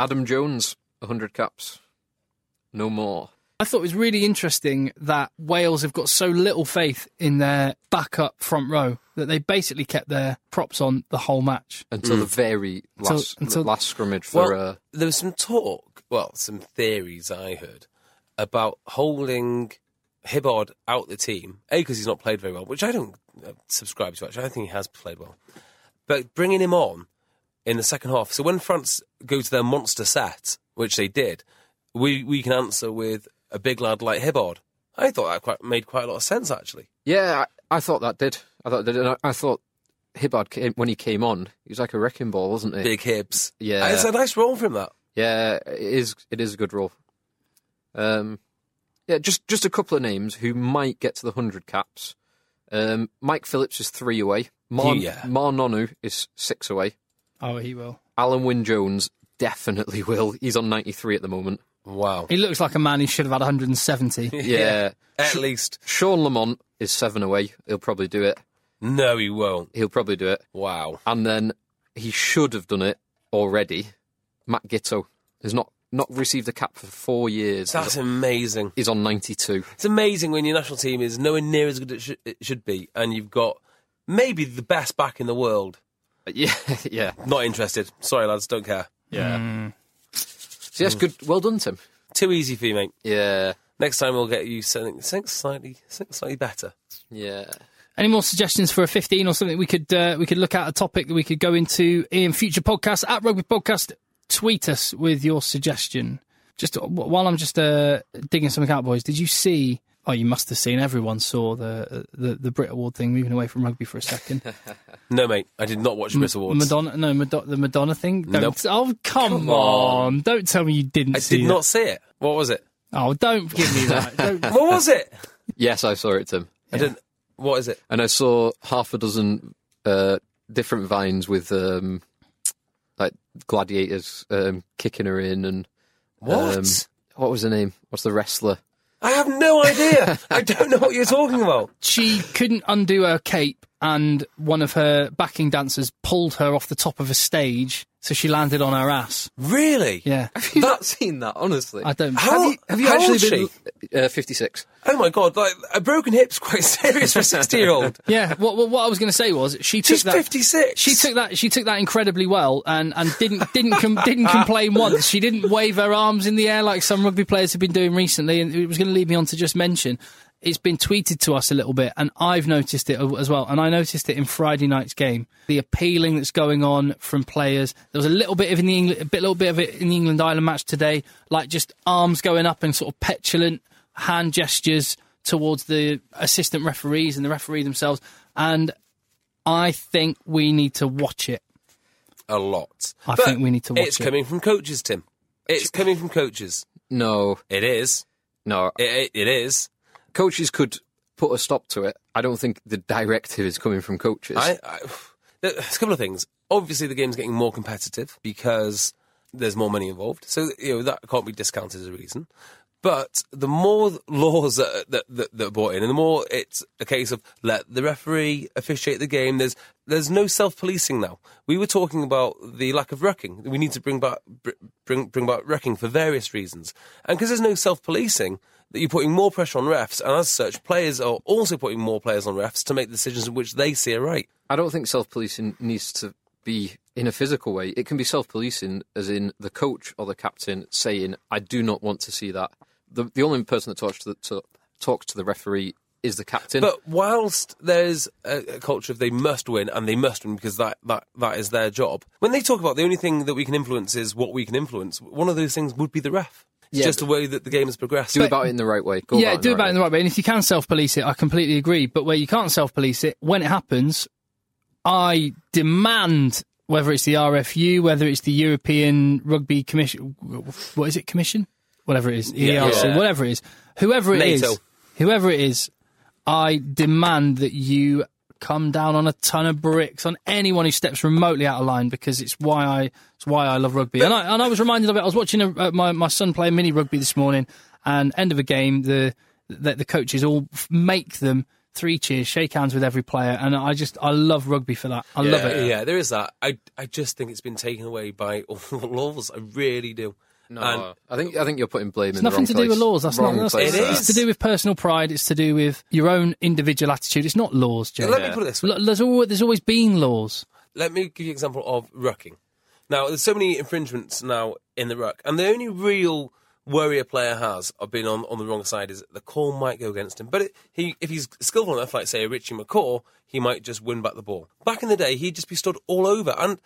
Speaker 4: Adam Jones, 100 caps. No more.
Speaker 2: I thought it was really interesting that Wales have got so little faith in their backup front row that they basically kept their props on the whole match.
Speaker 4: Until the very
Speaker 2: Until-
Speaker 4: last,
Speaker 2: until-
Speaker 4: last scrimmage for.
Speaker 3: well,
Speaker 4: uh,
Speaker 3: there was some talk, well, some theories I heard about holding Hibbard out the team. A because he's not played very well, which I don't uh, subscribe to. Actually, I don't think he has played well. But bringing him on in the second half. So when France go to their monster set, which they did, we we can answer with a big lad like Hibbard. I thought that quite, made quite a lot of sense actually.
Speaker 4: Yeah, I, I thought that did. I thought that did. And I, I thought Hibbard came, when he came on, he was like a wrecking ball, wasn't he?
Speaker 3: Big Hibs.
Speaker 4: Yeah.
Speaker 3: it's a nice role from that.
Speaker 4: Yeah, it is. It is a good role. Um, yeah, just just a couple of names who might get to the hundred caps. Um, Mike Phillips is three away. Mar,
Speaker 3: Yeah.
Speaker 4: Mar Nonu is six away.
Speaker 2: Oh, he will.
Speaker 4: Alan Wynne Jones definitely will. He's on ninety three at the moment.
Speaker 3: Wow.
Speaker 2: He looks like a man who should have had 170.
Speaker 4: Yeah.
Speaker 3: At least
Speaker 4: Sean Lamont is seven away. He'll probably do it.
Speaker 3: no, he won't.
Speaker 4: He'll probably do it.
Speaker 3: Wow.
Speaker 4: and then he should have done it already. Matt Gitto has not not received a cap for four years.
Speaker 3: That's
Speaker 4: He's-
Speaker 3: amazing.
Speaker 4: He's on ninety two.
Speaker 3: It's amazing when your national team is nowhere near as good as it should, it should be, and you've got maybe the best back in the world.
Speaker 4: Yeah, yeah,
Speaker 3: Not interested. Sorry, lads, don't care.
Speaker 4: yeah. So yes, good. Well done, Tim.
Speaker 3: Too easy for you, mate.
Speaker 4: Yeah,
Speaker 3: Next time we'll get you something, something slightly, something slightly better.
Speaker 4: yeah.
Speaker 2: Any more suggestions for a 15 or something we could uh, we could look at a topic that we could go into in future podcasts at Rugby Podcast? Tweet us with your suggestion. Just wh- while I'm just uh, digging something out, boys. Did you see? Oh, you must have seen. Everyone saw the uh, the, the Brit Award thing. Moving away from rugby for a second.
Speaker 3: No, mate, I did not watch Miss Awards.
Speaker 2: Madonna, no, Madonna, the Madonna thing. Don't,
Speaker 3: Nope.
Speaker 2: Oh, come,
Speaker 3: Come
Speaker 2: on.
Speaker 3: on.
Speaker 2: Don't tell me you didn't
Speaker 3: I
Speaker 2: see
Speaker 3: did
Speaker 2: that.
Speaker 3: not see it. What was it?
Speaker 2: Oh, don't give me that. Don't-
Speaker 3: What was it?
Speaker 4: Yes, I saw it, Tim,
Speaker 3: I didn't. What is it?
Speaker 4: and I saw half a dozen uh, different vines with um, like gladiators um, kicking her in, and
Speaker 3: What?
Speaker 4: um, what was the name? What's the wrestler?
Speaker 3: I have no idea. I don't know what you're talking about.
Speaker 2: she couldn't undo her cape, and one of her backing dancers pulled her off the top of a stage, so she landed on her ass.
Speaker 3: Really?
Speaker 2: Yeah,
Speaker 4: You've not seen that, honestly.
Speaker 2: I don't.
Speaker 3: How-
Speaker 4: Have you, have you
Speaker 3: how
Speaker 4: actually
Speaker 3: old is
Speaker 4: been uh, 56?
Speaker 3: Oh my god! Like a broken hip's quite serious for a sixty-year-old.
Speaker 2: Yeah, what, what, what I was going to say was she took
Speaker 3: She's
Speaker 2: that.
Speaker 3: 56.
Speaker 2: She took that. She took that incredibly well, and, and didn't didn't com- didn't complain once. She didn't wave her arms in the air like some rugby players have been doing recently. And it was going to lead me on to just mention it's been tweeted to us a little bit, and I've noticed it as well. And I noticed it in Friday night's game. The appealing that's going on from players. There was a little bit of in the England, a bit, little bit of it in the England Ireland match today, like just arms going up and sort of petulant hand gestures towards the assistant referees and the referee themselves. And I think we need to watch it.
Speaker 3: a lot.
Speaker 2: I think we need to watch
Speaker 3: It's
Speaker 2: it.
Speaker 3: coming from coaches, Tim. It's coming from coaches.
Speaker 4: No,
Speaker 3: It is.
Speaker 4: no.
Speaker 3: It, it, it is.
Speaker 4: coaches could put a stop to it. I don't think the directive is coming from coaches.
Speaker 3: I, I, there's a couple of things. Obviously, the game's getting more competitive because there's more money involved. So you know that can't be discounted as a reason. But the more laws that that, that, that are brought in, and the more it's a case of let the referee officiate the game. There's there's no self policing now. We were talking about the lack of rucking. We need to bring back br- bring bring back rucking for various reasons, and because there's no self policing, that you're putting more pressure on refs, and as such, players are also putting more players on refs to make decisions which they see are right.
Speaker 4: I don't think self policing needs to be in a physical way. It can be self policing, as in the coach or the captain saying, I do not want to see that. The, the only person that talks to the, to, talks to the referee is the captain.
Speaker 3: But whilst there's a, a culture of they must win and they must win because that, that, that is their job, when they talk about the only thing that we can influence is what we can influence, one of those things would be the ref. It's
Speaker 4: Yeah,
Speaker 3: just the
Speaker 4: but-
Speaker 3: way that the game has progressed.
Speaker 4: do about it in the right way. Go
Speaker 2: yeah,
Speaker 4: about
Speaker 2: do
Speaker 4: it
Speaker 2: about it in the right way. And if you can self police it, I completely agree. But where you can't self police it, when it happens, I demand whether it's the RFU, whether it's the European Rugby Commission, what is it, Commission? Whatever it is,
Speaker 3: Yeah.
Speaker 2: ERC,
Speaker 3: Yeah.
Speaker 2: whatever it is, whoever it is,
Speaker 3: NATO.
Speaker 2: whoever it is, I demand that you come down on a ton of bricks on anyone who steps remotely out of line because it's why I it's why I love rugby. And I and I was reminded of it. I was watching a, uh, my my son play mini rugby this morning, and end of a game, the the, the coaches all f- make them three cheers, shake hands with every player, and I just I love rugby for that. I love
Speaker 3: yeah,
Speaker 2: it.
Speaker 3: Yeah, there is that. I, I just think it's been taken away by all the laws. I really do.
Speaker 4: No,
Speaker 3: And-
Speaker 4: I think I think you're putting blame.
Speaker 2: It's
Speaker 4: in
Speaker 2: nothing to
Speaker 4: the wrong
Speaker 2: do with
Speaker 4: place.
Speaker 2: laws. That's not.
Speaker 4: wrong
Speaker 2: That's,
Speaker 4: place.
Speaker 3: It
Speaker 4: there.
Speaker 3: is.
Speaker 2: It's to do with personal pride. It's to do with your own individual attitude. It's not laws, Joe.
Speaker 3: Let me put it this way.
Speaker 2: Look, there's always, there's always been laws.
Speaker 3: let me give you an example of rucking. Now, there's so many infringements now in the ruck, and the only real worry a player has of being on, on the wrong side is that the call might go against him. But it, he, if he's skillful enough, like, say, Richie McCaw, he might just win back the ball. Back in the day, he'd just be stood all over, and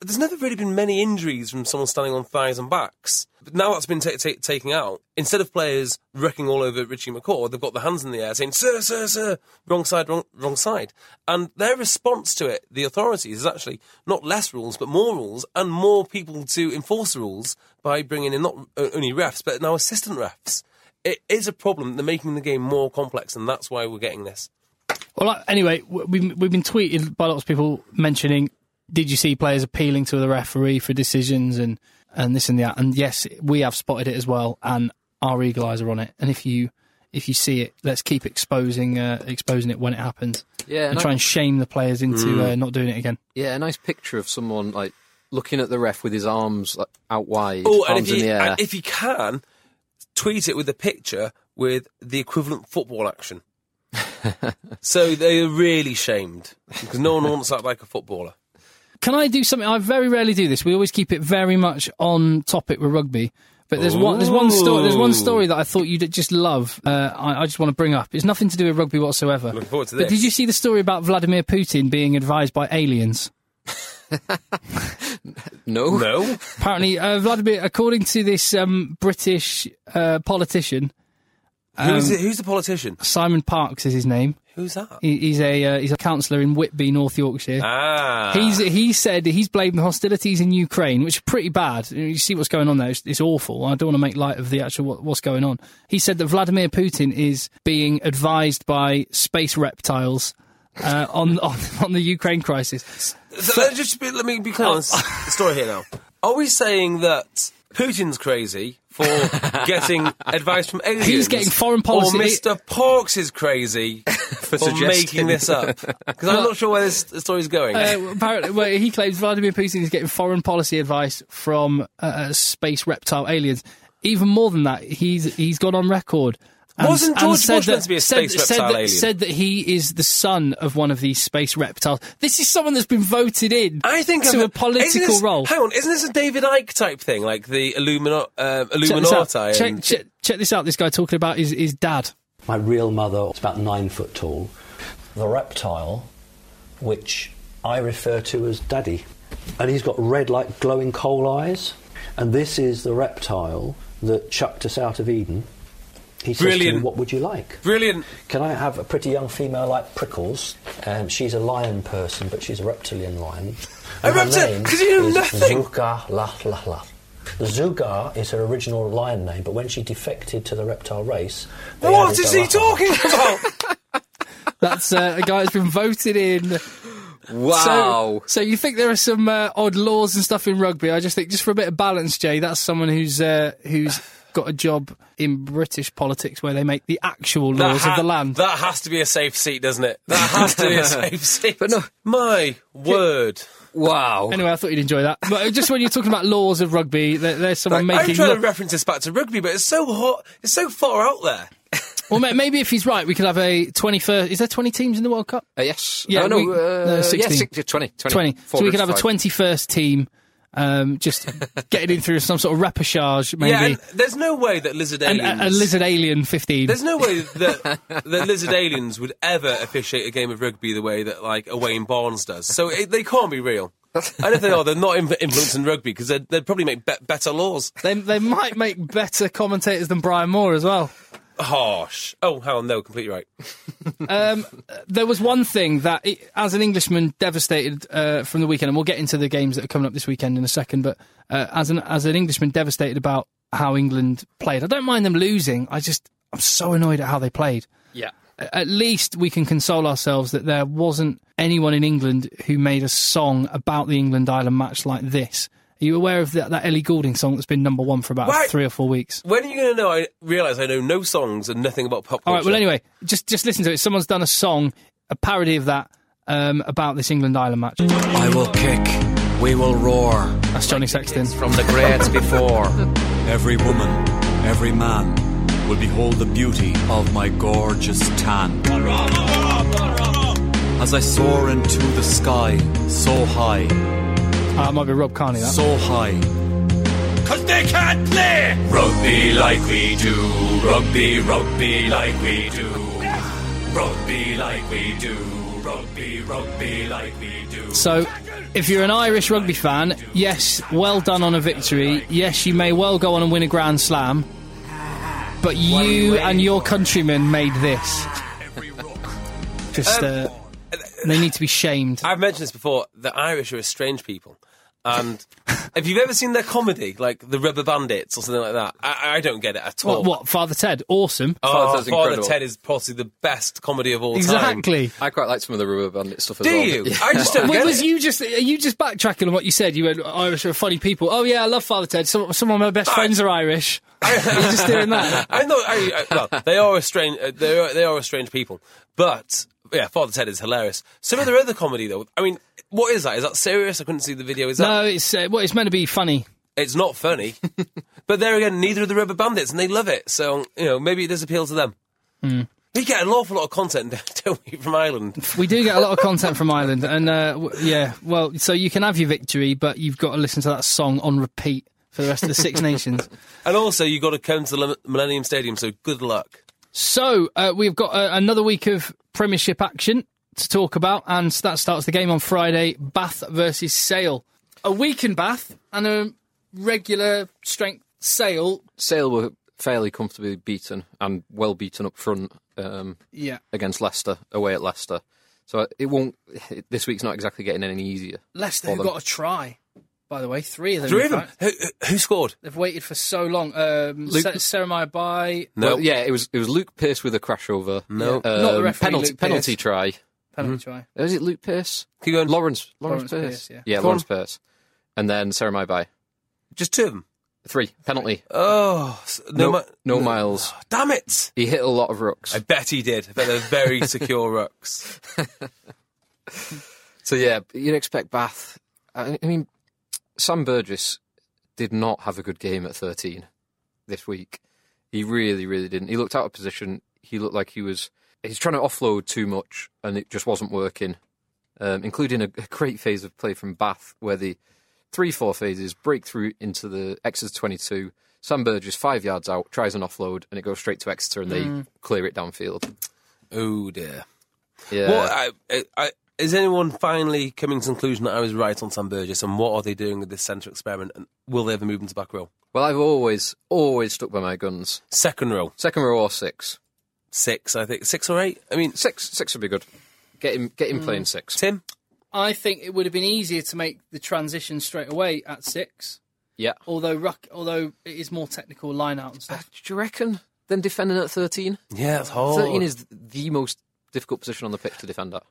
Speaker 3: there's never really been many injuries from someone standing on thighs and backs. But now that's been ta ta- taken out. Instead of players wrecking all over Richie McCaw, they've got their hands in the air saying, sir, sir, sir, wrong side, wrong, wrong side. And their response to it, the authorities, is actually not less rules, but more rules and more people to enforce the rules by bringing in not o- only refs, but now assistant refs. It is a problem. They're making the game more complex, and that's why we're getting this.
Speaker 2: Well, I- anyway, w- we've, we've been tweeted by lots of people mentioning, did you see players appealing to the referee for decisions and, and this and that? And yes, we have spotted it as well, and our eagle eyes are on it. And if you if you see it, let's keep exposing uh, exposing it when it happens.
Speaker 4: Yeah,
Speaker 2: and
Speaker 4: and
Speaker 2: try
Speaker 4: I-
Speaker 2: and shame the players into uh, not doing it again.
Speaker 4: Yeah, a nice picture of someone like looking at the ref with his arms like, out wide,
Speaker 3: Oh, and
Speaker 4: arms
Speaker 3: if, you,
Speaker 4: in the air.
Speaker 3: and if you can, tweet it with a picture with the equivalent football action. so they are really shamed because no one wants that like a footballer.
Speaker 2: Can I do something? I very rarely do this. We always keep it very much on topic with rugby. But there's one, there's one story, there's one story that I thought you'd just love. Uh, I, I just want to bring up. It's nothing to do with rugby whatsoever.
Speaker 3: Looking forward to
Speaker 2: But
Speaker 3: this.
Speaker 2: did you see the story about Vladimir Putin being advised by aliens?
Speaker 4: no,
Speaker 3: No,
Speaker 2: Apparently, uh, Vladimir, according to this um, British uh, politician,
Speaker 3: who's, the, who's the politician?
Speaker 2: Simon Parks is his name.
Speaker 3: Who's that?
Speaker 2: He, he's a uh, he's a councillor in Whitby, North Yorkshire.
Speaker 3: Ah,
Speaker 2: He's, he said he's blamed the hostilities in Ukraine, which are pretty bad. You see what's going on there; it's, it's awful. I don't want to make light of the actual what, what's going on. He said that Vladimir Putin is being advised by space reptiles uh, on, on on the Ukraine crisis.
Speaker 3: So let's just be, let me be clear on this story here now. Are we saying that Putin's crazy for getting advice from aliens?
Speaker 2: He's getting foreign policy-
Speaker 3: Or Mr. Parks is crazy for, making
Speaker 4: suggesting-
Speaker 3: this up? Because I'm not sure where this story's going.
Speaker 2: Uh, apparently, well, he claims Vladimir Putin is getting foreign policy advice from uh, uh, space reptile aliens. Even more than that, he's he's gone on record. And,
Speaker 3: Wasn't
Speaker 2: and
Speaker 3: George
Speaker 2: said
Speaker 3: Bush
Speaker 2: that-
Speaker 3: meant to be a
Speaker 2: said-
Speaker 3: space
Speaker 2: said
Speaker 3: reptile
Speaker 2: that,
Speaker 3: alien?
Speaker 2: Said that he is the son of one of these space reptiles. This is someone that's been voted in.
Speaker 3: I think
Speaker 2: to
Speaker 3: I've-
Speaker 2: a political
Speaker 3: isn't this,
Speaker 2: role.
Speaker 3: Hang on, isn't this a David Icke type thing, like the Illumina,
Speaker 2: Check
Speaker 3: um,
Speaker 2: this out.
Speaker 3: Illuminati?
Speaker 2: Check,
Speaker 3: and-
Speaker 2: check- check this out. This guy talking about his, his dad.
Speaker 7: My real mother is about nine foot tall. The reptile, which I refer to as Daddy, and he's got red, like glowing coal eyes. And this is the reptile that chucked us out of Eden. He says to me,
Speaker 3: Brilliant.
Speaker 7: "What would you like?
Speaker 3: Brilliant.
Speaker 7: Can I have a pretty young female like Prickles? Um, she's a lion person, but she's a reptilian lion.
Speaker 3: A
Speaker 7: And her
Speaker 3: reptil-
Speaker 7: name
Speaker 3: could you know
Speaker 7: is
Speaker 3: nothing?
Speaker 7: Zuga La La La. Zugar is her original lion name, but when she defected to the reptile race, they
Speaker 3: What
Speaker 7: added
Speaker 3: is
Speaker 7: the
Speaker 3: he
Speaker 7: La La La.
Speaker 3: talking about?
Speaker 2: That's uh, a guy that's been voted in.
Speaker 4: wow.
Speaker 2: So, so you think there are some uh, odd laws and stuff in rugby? I just think, just for a bit of balance, Jay, that's someone who's uh, who's got a job in British politics where they make the actual
Speaker 3: That
Speaker 2: laws
Speaker 3: ha-
Speaker 2: of the land.
Speaker 3: That has to be a safe seat, doesn't it? That has to be a safe seat.
Speaker 4: But no-
Speaker 3: my word.
Speaker 4: wow.
Speaker 2: Anyway, I thought you'd enjoy that. But just when you're talking about laws of rugby, there, there's someone
Speaker 3: Like, I'm
Speaker 2: making.
Speaker 3: trying to
Speaker 2: law-
Speaker 3: reference this back to rugby, but it's so hot, it's so far out there.
Speaker 2: Well, ma- maybe if he's right, we could have a 21st. Is there 20 teams in the World Cup?
Speaker 4: Uh, yes.
Speaker 2: Yeah,
Speaker 4: Oh, no,
Speaker 2: we-
Speaker 4: uh,
Speaker 2: no,
Speaker 4: yeah,
Speaker 2: 16.
Speaker 4: 60, 20, 20.
Speaker 2: 20.
Speaker 4: Four
Speaker 2: So we could have
Speaker 4: groups
Speaker 2: a
Speaker 4: of five.
Speaker 2: 21st team. Um, just getting in through some sort of repercharge, maybe.
Speaker 3: Yeah, and there's no way that lizard
Speaker 2: and
Speaker 3: aliens.
Speaker 2: a, a lizard alien 15.
Speaker 3: There's no way that the lizard aliens would ever officiate a game of rugby the way that like a Wayne Barnes does. So it, they can't be real. And if they are, oh, they're not inf- influencing rugby because they'd, they'd probably make be- better laws.
Speaker 2: They, they might make better commentators than Brian Moore as well.
Speaker 3: Harsh. Oh, hell no, completely right.
Speaker 2: Um, there was one thing that, it, as an Englishman, devastated uh, from the weekend, and we'll get into the games that are coming up this weekend in a second. But uh, as an as an Englishman, devastated about how England played. I don't mind them losing. I just I'm so annoyed at how they played.
Speaker 4: Yeah.
Speaker 2: A- At least we can console ourselves that there wasn't anyone in England who made a song about the England Ireland match like this. Are you aware of that, that Ellie Goulding song that's been number one for about
Speaker 3: Right.
Speaker 2: three or four weeks?
Speaker 3: When are you going to know? I realise I know no songs and nothing about pop culture.
Speaker 2: All right. Well, anyway, just just listen to it. Someone's done a song, a parody of that, um, about this England Ireland match.
Speaker 8: I will kick, we will roar
Speaker 2: That's Johnny Sexton. Uh,
Speaker 8: from the greats before. Every woman, every man will behold the beauty of my gorgeous tan. As I soar into the sky, so high,
Speaker 2: Ah, it might be Rob Carney. That.
Speaker 8: so high. Cause they can't play! Rugby like we do, rugby, rugby like we do. Rugby like we do, rugby, rugby like we do.
Speaker 2: So, if you're an Irish rugby fan, yes, well done on a victory. Yes, you may well go on and win a Grand Slam, but you and your countrymen made this. Just uh, they need to be shamed.
Speaker 3: I've mentioned this before. The Irish are a strange people, and if you've ever seen their comedy, like the Rubber Bandits or something like that, I, I don't get it at all.
Speaker 2: What, what Father Ted? Awesome.
Speaker 3: Oh,
Speaker 4: Father
Speaker 3: Father
Speaker 4: Ted's incredible.
Speaker 3: Ted is possibly the best comedy of all time.
Speaker 2: Exactly.
Speaker 4: I quite like some of the rubber bandit stuff as
Speaker 3: Do
Speaker 4: well.
Speaker 3: you?
Speaker 4: Yeah.
Speaker 3: I just don't
Speaker 2: Wait,
Speaker 3: get
Speaker 2: was
Speaker 3: it.
Speaker 2: you just are you just backtracking on what you said? You went "Oh, Irish are funny people. Oh yeah, I love Father Ted. Some some of my best friends are Irish. You're just doing that.
Speaker 3: I know. I, I, well, they are a strange. Uh, they are they are a strange people. But yeah, Father Ted is hilarious. Some of their other comedy though. I mean, what is that? Is that serious? I couldn't see the video. Is that?
Speaker 2: No, it's uh, well, it's meant to be funny.
Speaker 3: It's not funny. but there again, neither are the Rubber Bandits, and they love it. So you know, maybe it does appeal to them. We get an awful lot of content, don't we, from Ireland?
Speaker 2: We do get a lot of content from Ireland, and uh, w- yeah, well, so you can have your victory, but you've got to listen to that song on repeat for the rest of the Six Nations.
Speaker 3: And also, you got to come to the Lem- Millennium Stadium. So good luck.
Speaker 2: So uh, we've got uh, another week of Premiership action to talk about, and that starts the game on Friday. Bath versus Sale. A week in Bath and a regular strength Sale.
Speaker 4: Sale were fairly comfortably beaten and well beaten up front um,
Speaker 2: Yeah,
Speaker 4: against Leicester, away at Leicester. So it won't. This week's not exactly getting any easier.
Speaker 2: Leicester
Speaker 4: for
Speaker 2: who
Speaker 4: them.
Speaker 2: got a try. By the way, three of them.
Speaker 3: Three
Speaker 2: in
Speaker 3: of them.
Speaker 2: fact.
Speaker 3: Who, who- who scored?
Speaker 2: They've waited for so long. Um,
Speaker 4: Luke-
Speaker 2: Se- Seremaya by
Speaker 3: No.
Speaker 4: Well, yeah, it was it was Luke Pierce with a crash over.
Speaker 3: No.
Speaker 4: Um,
Speaker 2: Not the referee,
Speaker 4: penalty
Speaker 2: Luke
Speaker 4: penalty
Speaker 2: Pearce.
Speaker 4: try.
Speaker 2: penalty try.
Speaker 4: Was it Luke Pierce?
Speaker 3: Keep going.
Speaker 4: Lawrence
Speaker 2: Lawrence
Speaker 4: Lawrence,
Speaker 2: Pearce,
Speaker 4: Pierce.
Speaker 2: yeah.
Speaker 4: yeah,
Speaker 3: Go
Speaker 4: Lawrence
Speaker 3: on.
Speaker 4: Pierce, and then Sarah Mai by
Speaker 3: Just two of them.
Speaker 4: three penalty.
Speaker 3: Oh, s- no,
Speaker 4: no,
Speaker 3: mi-
Speaker 4: no miles.
Speaker 3: Damn it!
Speaker 4: He hit a lot of rooks.
Speaker 3: I bet he did. I bet they're very secure rucks.
Speaker 4: So yeah, you'd expect Bath. I I mean, Sam Burgess did not have a good game at 13 this week. He really, really didn't. He looked out of position. He looked like he was. He's trying to offload too much, and it just wasn't working. Um, including a, a great phase of play from Bath, where the three, four phases break through into the Exeter 22. Sam Burgess five yards out tries an offload, and it goes straight to Exeter, and
Speaker 3: Hmm.
Speaker 4: they clear it downfield.
Speaker 3: Oh dear.
Speaker 4: Yeah,
Speaker 3: Well, I, I, I, is anyone finally coming to the conclusion that I was right on Sam Burgess? And what are they doing with this centre experiment? And will they ever move into back row?
Speaker 4: well, I've always, always stuck by my guns.
Speaker 3: Second row,
Speaker 4: Second row or six.
Speaker 3: six, I think, six or eight. I mean,
Speaker 4: Six, six would be good. Get him, get him playing Mm. six.
Speaker 3: Tim,
Speaker 2: I think it would have been easier to make the transition straight away at six.
Speaker 4: Yeah.
Speaker 2: Although ruck, although it is more technical line out and
Speaker 4: Uh,
Speaker 2: stuff.
Speaker 4: do you reckon? Then defending at thirteen.
Speaker 3: yeah, that's hard.
Speaker 4: Thirteen is the most difficult position on the pitch to defend at.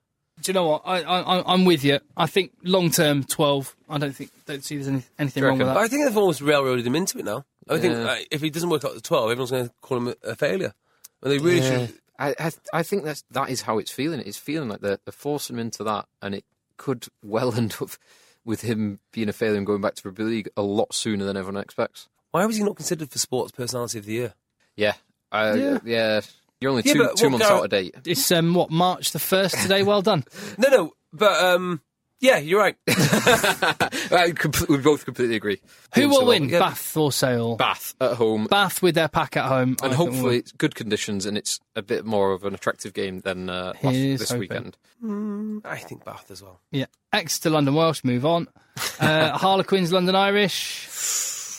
Speaker 2: Do you know what? I, I, I- I'm with you. I think long term twelve. I don't think don't see there's any, anything
Speaker 4: Do you
Speaker 2: wrong with
Speaker 4: reckon?
Speaker 3: But
Speaker 2: that.
Speaker 3: I think they've almost railroaded him into it now. I think
Speaker 4: Yeah.
Speaker 3: uh, if he doesn't work out to twelve, everyone's going to call him a, a failure. And they really should.
Speaker 4: I, I, I think that's that is how it's feeling. It's feeling like they're, they're forcing him into that, and it could well end up with him being a failure and going back to rugby league a lot sooner than everyone expects.
Speaker 3: Why was he not considered for Sports Personality of the Year?
Speaker 4: Yeah, I, yeah. You're only
Speaker 3: Yeah,
Speaker 4: two,
Speaker 3: but
Speaker 4: two
Speaker 3: what
Speaker 4: months
Speaker 3: gar-
Speaker 4: out of date.
Speaker 2: It's um, what March the first today. Well done.
Speaker 3: No, no, but um, yeah, you're right.
Speaker 4: I comple- we both completely agree.
Speaker 2: Who
Speaker 4: Doing
Speaker 2: will
Speaker 4: so well.
Speaker 2: win,
Speaker 4: Yeah.
Speaker 2: Bath or Sale?
Speaker 4: Bath at home.
Speaker 2: Bath with their pack at home,
Speaker 4: and
Speaker 2: I think
Speaker 4: hopefully it's good conditions and it's a bit more of an attractive game than uh, last,
Speaker 2: Here's
Speaker 4: this
Speaker 2: hoping.
Speaker 4: weekend.
Speaker 3: I think Bath as well.
Speaker 2: will- yeah. Exeter, London Welsh. Move on. Uh, Harlequins, London Irish.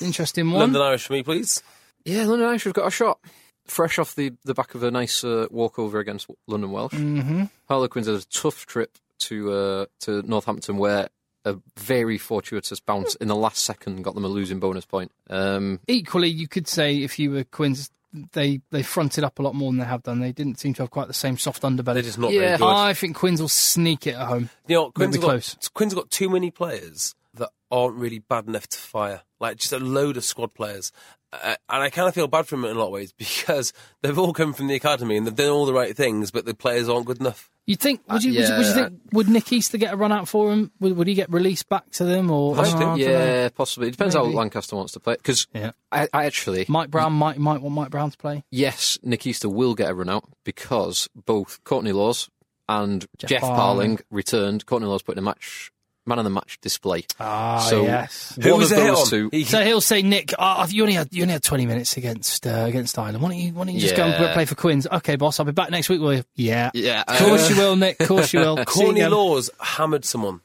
Speaker 2: Interesting one.
Speaker 3: London Irish for me, please.
Speaker 4: Yeah, London Irish have got a shot. Fresh off the, the back of a nice uh, walkover against London Welsh. Mm-hmm. Harlequins had a tough trip to uh, to Northampton where a very fortuitous bounce in the last second got them a losing bonus point. Um,
Speaker 2: Equally, you could say if you were Quins, they they fronted up a lot more than they have done. They didn't seem to have quite the same soft underbelly.
Speaker 3: They're just not
Speaker 4: Yeah.
Speaker 3: very good.
Speaker 2: I think Quins will sneak it at home.
Speaker 3: You know,
Speaker 2: Maybe
Speaker 3: Quinn's got,
Speaker 2: close.
Speaker 3: Quinn's got too many players that aren't really bad enough to fire. Like just a load of squad players, uh, and I kind of feel bad for him in a lot of ways because they've all come from the academy and they've done all the right things, but the players aren't good enough.
Speaker 2: You'd think, would you,
Speaker 4: Uh,
Speaker 2: would, you, would you
Speaker 4: yeah.
Speaker 2: think, would Nick Easter get a run out for him? Would, would he get released back to them? Or
Speaker 3: Possibly,
Speaker 2: Oh, I don't know.
Speaker 4: yeah, possibly. It depends
Speaker 2: Maybe.
Speaker 4: how Lancaster wants to play. Because
Speaker 2: Yeah.
Speaker 4: I, I actually,
Speaker 2: Mike Brown might might want Mike Brown to play.
Speaker 4: yes, Nikista will get a run out because both Courtney Laws and Jeff,
Speaker 2: Parling.
Speaker 4: Parling returned. Courtney Laws put in a match man of the match display.
Speaker 2: Ah,
Speaker 4: so
Speaker 2: yes.
Speaker 3: Who
Speaker 4: one
Speaker 3: was
Speaker 4: of
Speaker 3: it hit
Speaker 4: those
Speaker 3: on?
Speaker 4: two.
Speaker 3: He-
Speaker 2: So he'll say, Nick, uh, you only had you only had twenty minutes against uh, against Ireland. Why don't you why don't you just go and
Speaker 4: Yeah.
Speaker 2: play for Quins? Okay, boss, I'll be back next week. Will you? Yeah,
Speaker 4: Yeah,
Speaker 2: Of course
Speaker 4: uh,
Speaker 2: you will, Nick. Of course you will. See you
Speaker 3: Corny
Speaker 2: again.
Speaker 3: Laws hammered someone.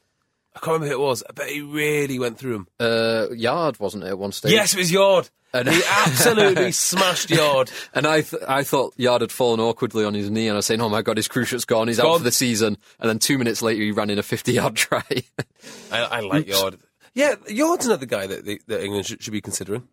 Speaker 3: I can't remember who it was. I bet he really went through him.
Speaker 4: Uh, Yard wasn't it at one stage?
Speaker 3: Yes, it was Yard.
Speaker 4: And-
Speaker 3: he absolutely smashed Yard.
Speaker 4: And I, th- I thought Yard had fallen awkwardly on his knee, and I was saying, "Oh my god, his cruciate's gone. He's out
Speaker 3: Gone.
Speaker 4: for the season." And then two minutes later, he ran in a fifty-yard try.
Speaker 3: I, I like Yard. Yeah, Yard's another guy that, they, that England should, should be considering.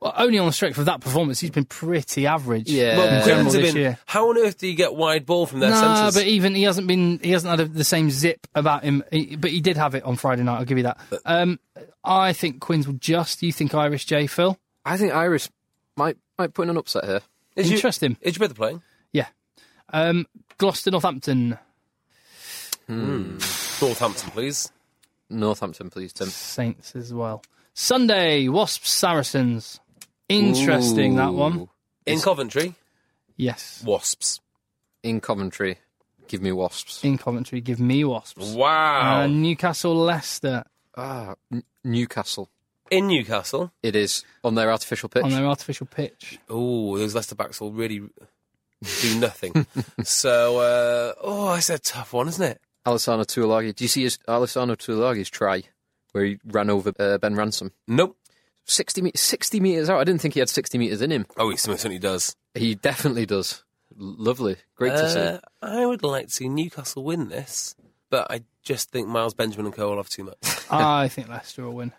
Speaker 2: Well, only on the strength of that performance, he's been pretty average.
Speaker 4: Yeah.
Speaker 2: in
Speaker 4: Well,
Speaker 2: general
Speaker 3: Quinn's have
Speaker 2: this
Speaker 3: been-
Speaker 2: year.
Speaker 3: How on earth do you get wide ball from their
Speaker 2: No,
Speaker 3: centres?
Speaker 2: but even he hasn't been. He hasn't had a, the same zip about him. He- but he did have it on Friday night. I'll give you that.
Speaker 4: Uh,
Speaker 2: Um, I think Quins will just. You think Irish J Phil?
Speaker 4: I think Iris might might put in an upset here.
Speaker 3: Is you-
Speaker 2: Interesting.
Speaker 3: Is your brother playing?
Speaker 2: Yeah. Um, Gloucester Northampton.
Speaker 3: Northampton, please.
Speaker 4: Northampton, please, Tim.
Speaker 2: Saints as well. Sunday, Wasps Saracens. Interesting that one.
Speaker 4: Ooh.
Speaker 3: In Coventry,
Speaker 2: Yes.
Speaker 3: Wasps.
Speaker 4: in Coventry. Give me Wasps.
Speaker 2: In Coventry, give me Wasps.
Speaker 3: Wow.
Speaker 2: Uh, Newcastle Leicester
Speaker 4: Ah, N- Newcastle.
Speaker 3: in Newcastle.
Speaker 4: It is on their artificial pitch.
Speaker 2: on their artificial pitch.
Speaker 3: Oh, those Leicester backs will really do nothing. so, uh, oh, that's a tough one, isn't it?
Speaker 4: Alessandro Tuolagi. Do you see his Alessandro Tuolagi's try where he ran over uh, Ben Ransom?
Speaker 3: Nope.
Speaker 4: 60, me- 60 metres out. I didn't think he had 60 metres in him.
Speaker 3: Oh, he certainly does.
Speaker 4: He definitely does. L- lovely. Great to
Speaker 3: Uh,
Speaker 4: see.
Speaker 3: I would like to see Newcastle win this, but I just think Miles Benjamin and Co will have too much.
Speaker 2: I think Leicester will win.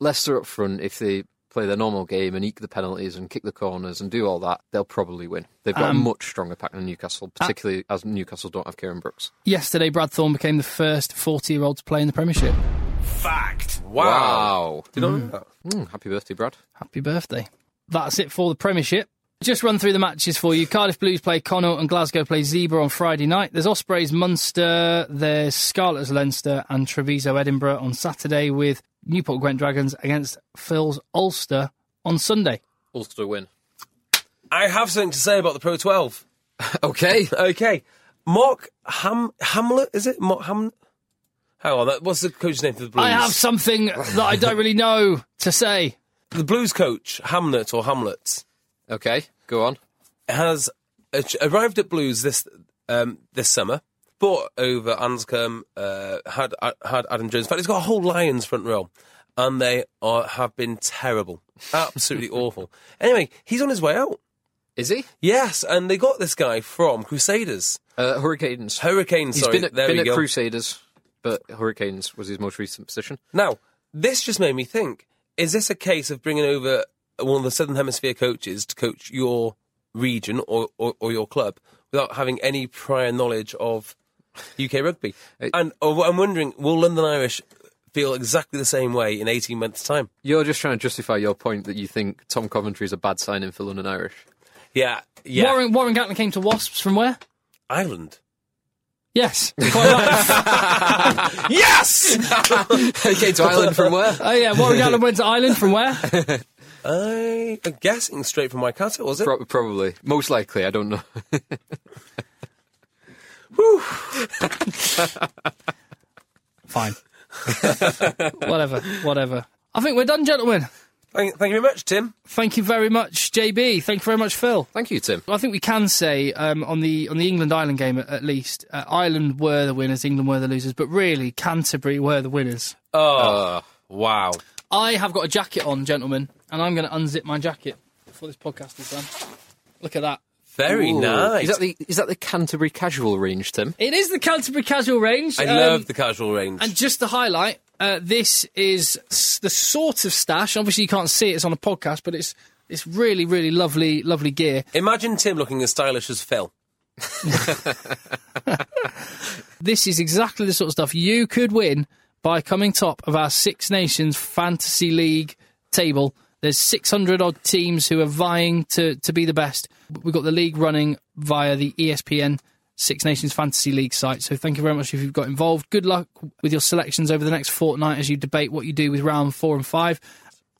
Speaker 4: Leicester up front, if they play their normal game and eke the penalties and kick the corners and do all that, they'll probably win. They've got
Speaker 2: Um, uh,
Speaker 4: a much stronger pack than Newcastle, particularly as Newcastle don't have Kieran Brooks.
Speaker 2: Yesterday, Brad Thorne became the first 40 year old to play in the Premiership.
Speaker 8: Fact.
Speaker 4: Wow.
Speaker 3: Did I know that?
Speaker 4: Mm, happy birthday, Brad.
Speaker 2: Happy birthday. That's it for the Premiership. Just run through the matches for you. Cardiff Blues play Connaught and Glasgow play Zebra on Friday night. There's Ospreys Munster, there's Scarlets Leinster and Treviso Edinburgh on Saturday with Newport Gwent Dragons against Phil's Ulster on Sunday.
Speaker 4: Ulster win.
Speaker 3: I have something to say about the Pro 12.
Speaker 4: Okay.
Speaker 3: Okay. Mark Ham Hamlet, is it? Mark Ham. Hang on, that, what's the coach's name for the Blues?
Speaker 2: I have something that I don't really know to say.
Speaker 3: the Blues coach, Hamlet or Hamlet,
Speaker 4: Okay. Go on.
Speaker 3: has uh, arrived at Blues this um, this summer. Bought over Anscombe, uh, had had Adam Jones. In fact, he's got a whole Lions front row, and they are, have been terrible, absolutely awful. Anyway, he's on his way out.
Speaker 4: Is he?
Speaker 3: Yes, and they got this guy from Crusaders,
Speaker 4: Uh, Hurricanes.
Speaker 3: Hurricanes.
Speaker 4: He's
Speaker 3: sorry,
Speaker 4: been at,
Speaker 3: there
Speaker 4: been
Speaker 3: we
Speaker 4: at
Speaker 3: go.
Speaker 4: Crusaders, but Hurricanes was his most recent position.
Speaker 3: Now, this just made me think: Is this a case of bringing over one of the Southern Hemisphere coaches to coach your region or, or, or your club without having any prior knowledge of UK rugby? and oh, I'm wondering, will London Irish feel exactly the same way in 18 months' time?
Speaker 4: You're just trying to justify your point that you think Tom Coventry is a bad signing for London Irish.
Speaker 3: Yeah, yeah.
Speaker 2: Warren, Warren Gatlin came to Wasps from where?
Speaker 3: Ireland.
Speaker 2: Yes. Quite right.
Speaker 3: Yes.
Speaker 4: okay, to Ireland from where?
Speaker 2: Oh, yeah. Warren Gatlin went to Ireland from where?
Speaker 3: I am guessing straight from Waikato, was it?
Speaker 4: Pro- probably. Most likely, I don't know.
Speaker 2: Fine. whatever, whatever. I think we're done, gentlemen.
Speaker 3: Thank, thank you very much, Tim.
Speaker 2: Thank you very much, JB. Thank you very much, Phil.
Speaker 4: Thank you, Tim.
Speaker 2: Well, I think we can say um, on the on the England Ireland game at, at least, uh, Ireland were the winners, England were the losers, but really Canterbury were the winners.
Speaker 3: Oh, wow.
Speaker 2: I have got a jacket on, gentlemen, and I'm going to unzip my jacket before this podcast is done. Look at that.
Speaker 3: Very
Speaker 4: Ooh.
Speaker 3: nice.
Speaker 4: Is that, the, is that the Canterbury casual range, Tim?
Speaker 2: It is the Canterbury Casual range.
Speaker 3: I
Speaker 2: um,
Speaker 3: love the casual range.
Speaker 2: And just to highlight, uh, this is s- the sort of stash. Obviously, you can't see it; it's on a podcast, but it's it's really, really lovely, lovely gear.
Speaker 3: Imagine Tim looking as stylish as Phil.
Speaker 2: This is exactly the sort of stuff you could win by coming top of our Six Nations Fantasy League table. There's 600 odd teams who are vying to, to be the best. We've got the league running via the E ESPN Six Nations Fantasy League site. So thank you very much if you've got involved. Good luck with your selections over the next fortnight as you debate what you do with round four and five.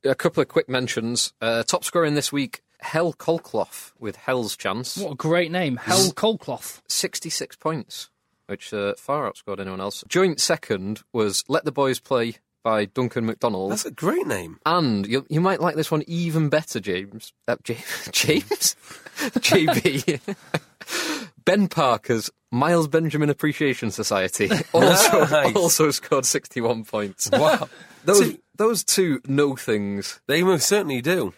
Speaker 4: A couple of quick mentions. Uh, top scorer in this week, Hell Colclough with Hell's Chance.
Speaker 2: What a great name, Hell Colcloth.
Speaker 4: 66 points, which uh, far outscored anyone else. Joint second was Let the Boys Play by Duncan MacDonald.
Speaker 3: That's a great name.
Speaker 4: and you, you might like this one even better, James. Uh, James? James? JB. ben Parker's Miles Benjamin Appreciation Society also,
Speaker 3: Nice.
Speaker 4: also scored 61 points. Wow. those, those two no things.
Speaker 3: They most certainly do.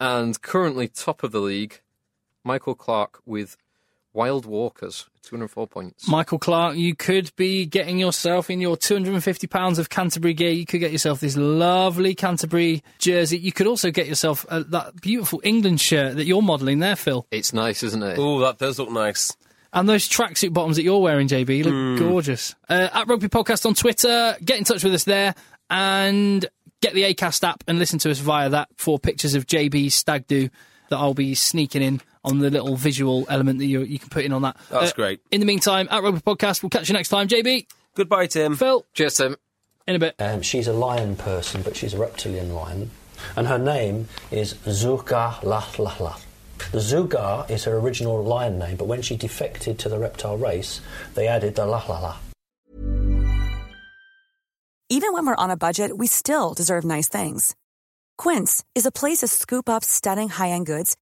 Speaker 4: And currently top of the league, Michael Clark with Wild Walkers, 204 points.
Speaker 2: Michael Clark, you could be getting yourself in your £250 of Canterbury gear. You could get yourself this lovely Canterbury jersey. You could also get yourself uh, that beautiful England shirt that you're modelling there, Phil.
Speaker 4: It's nice, isn't it?
Speaker 3: Oh, that does look nice.
Speaker 2: And those tracksuit bottoms that you're wearing, JB, look
Speaker 3: Hmm.
Speaker 2: gorgeous. Uh, at Rugby Podcast on Twitter, get in touch with us there and get the ACAST app and listen to us via that for pictures of JB's stag do that I'll be sneaking in on the little visual element that you, you can put in on that. Uh,
Speaker 3: That's great.
Speaker 2: In the meantime, at Rugby Podcast, we'll catch you next time. JB,
Speaker 3: Goodbye, Tim.
Speaker 2: Phil,
Speaker 4: Cheers, Tim.
Speaker 2: in a bit.
Speaker 9: Um, she's a lion person, but she's a reptilian lion. And her name is Zuga Lahlahlath. The Zuga is her original lion name, but when she defected to the reptile race, they added the Lahlahlah.
Speaker 10: Even when we're on a budget, we still deserve nice things. Quince is a place to scoop up stunning high-end goods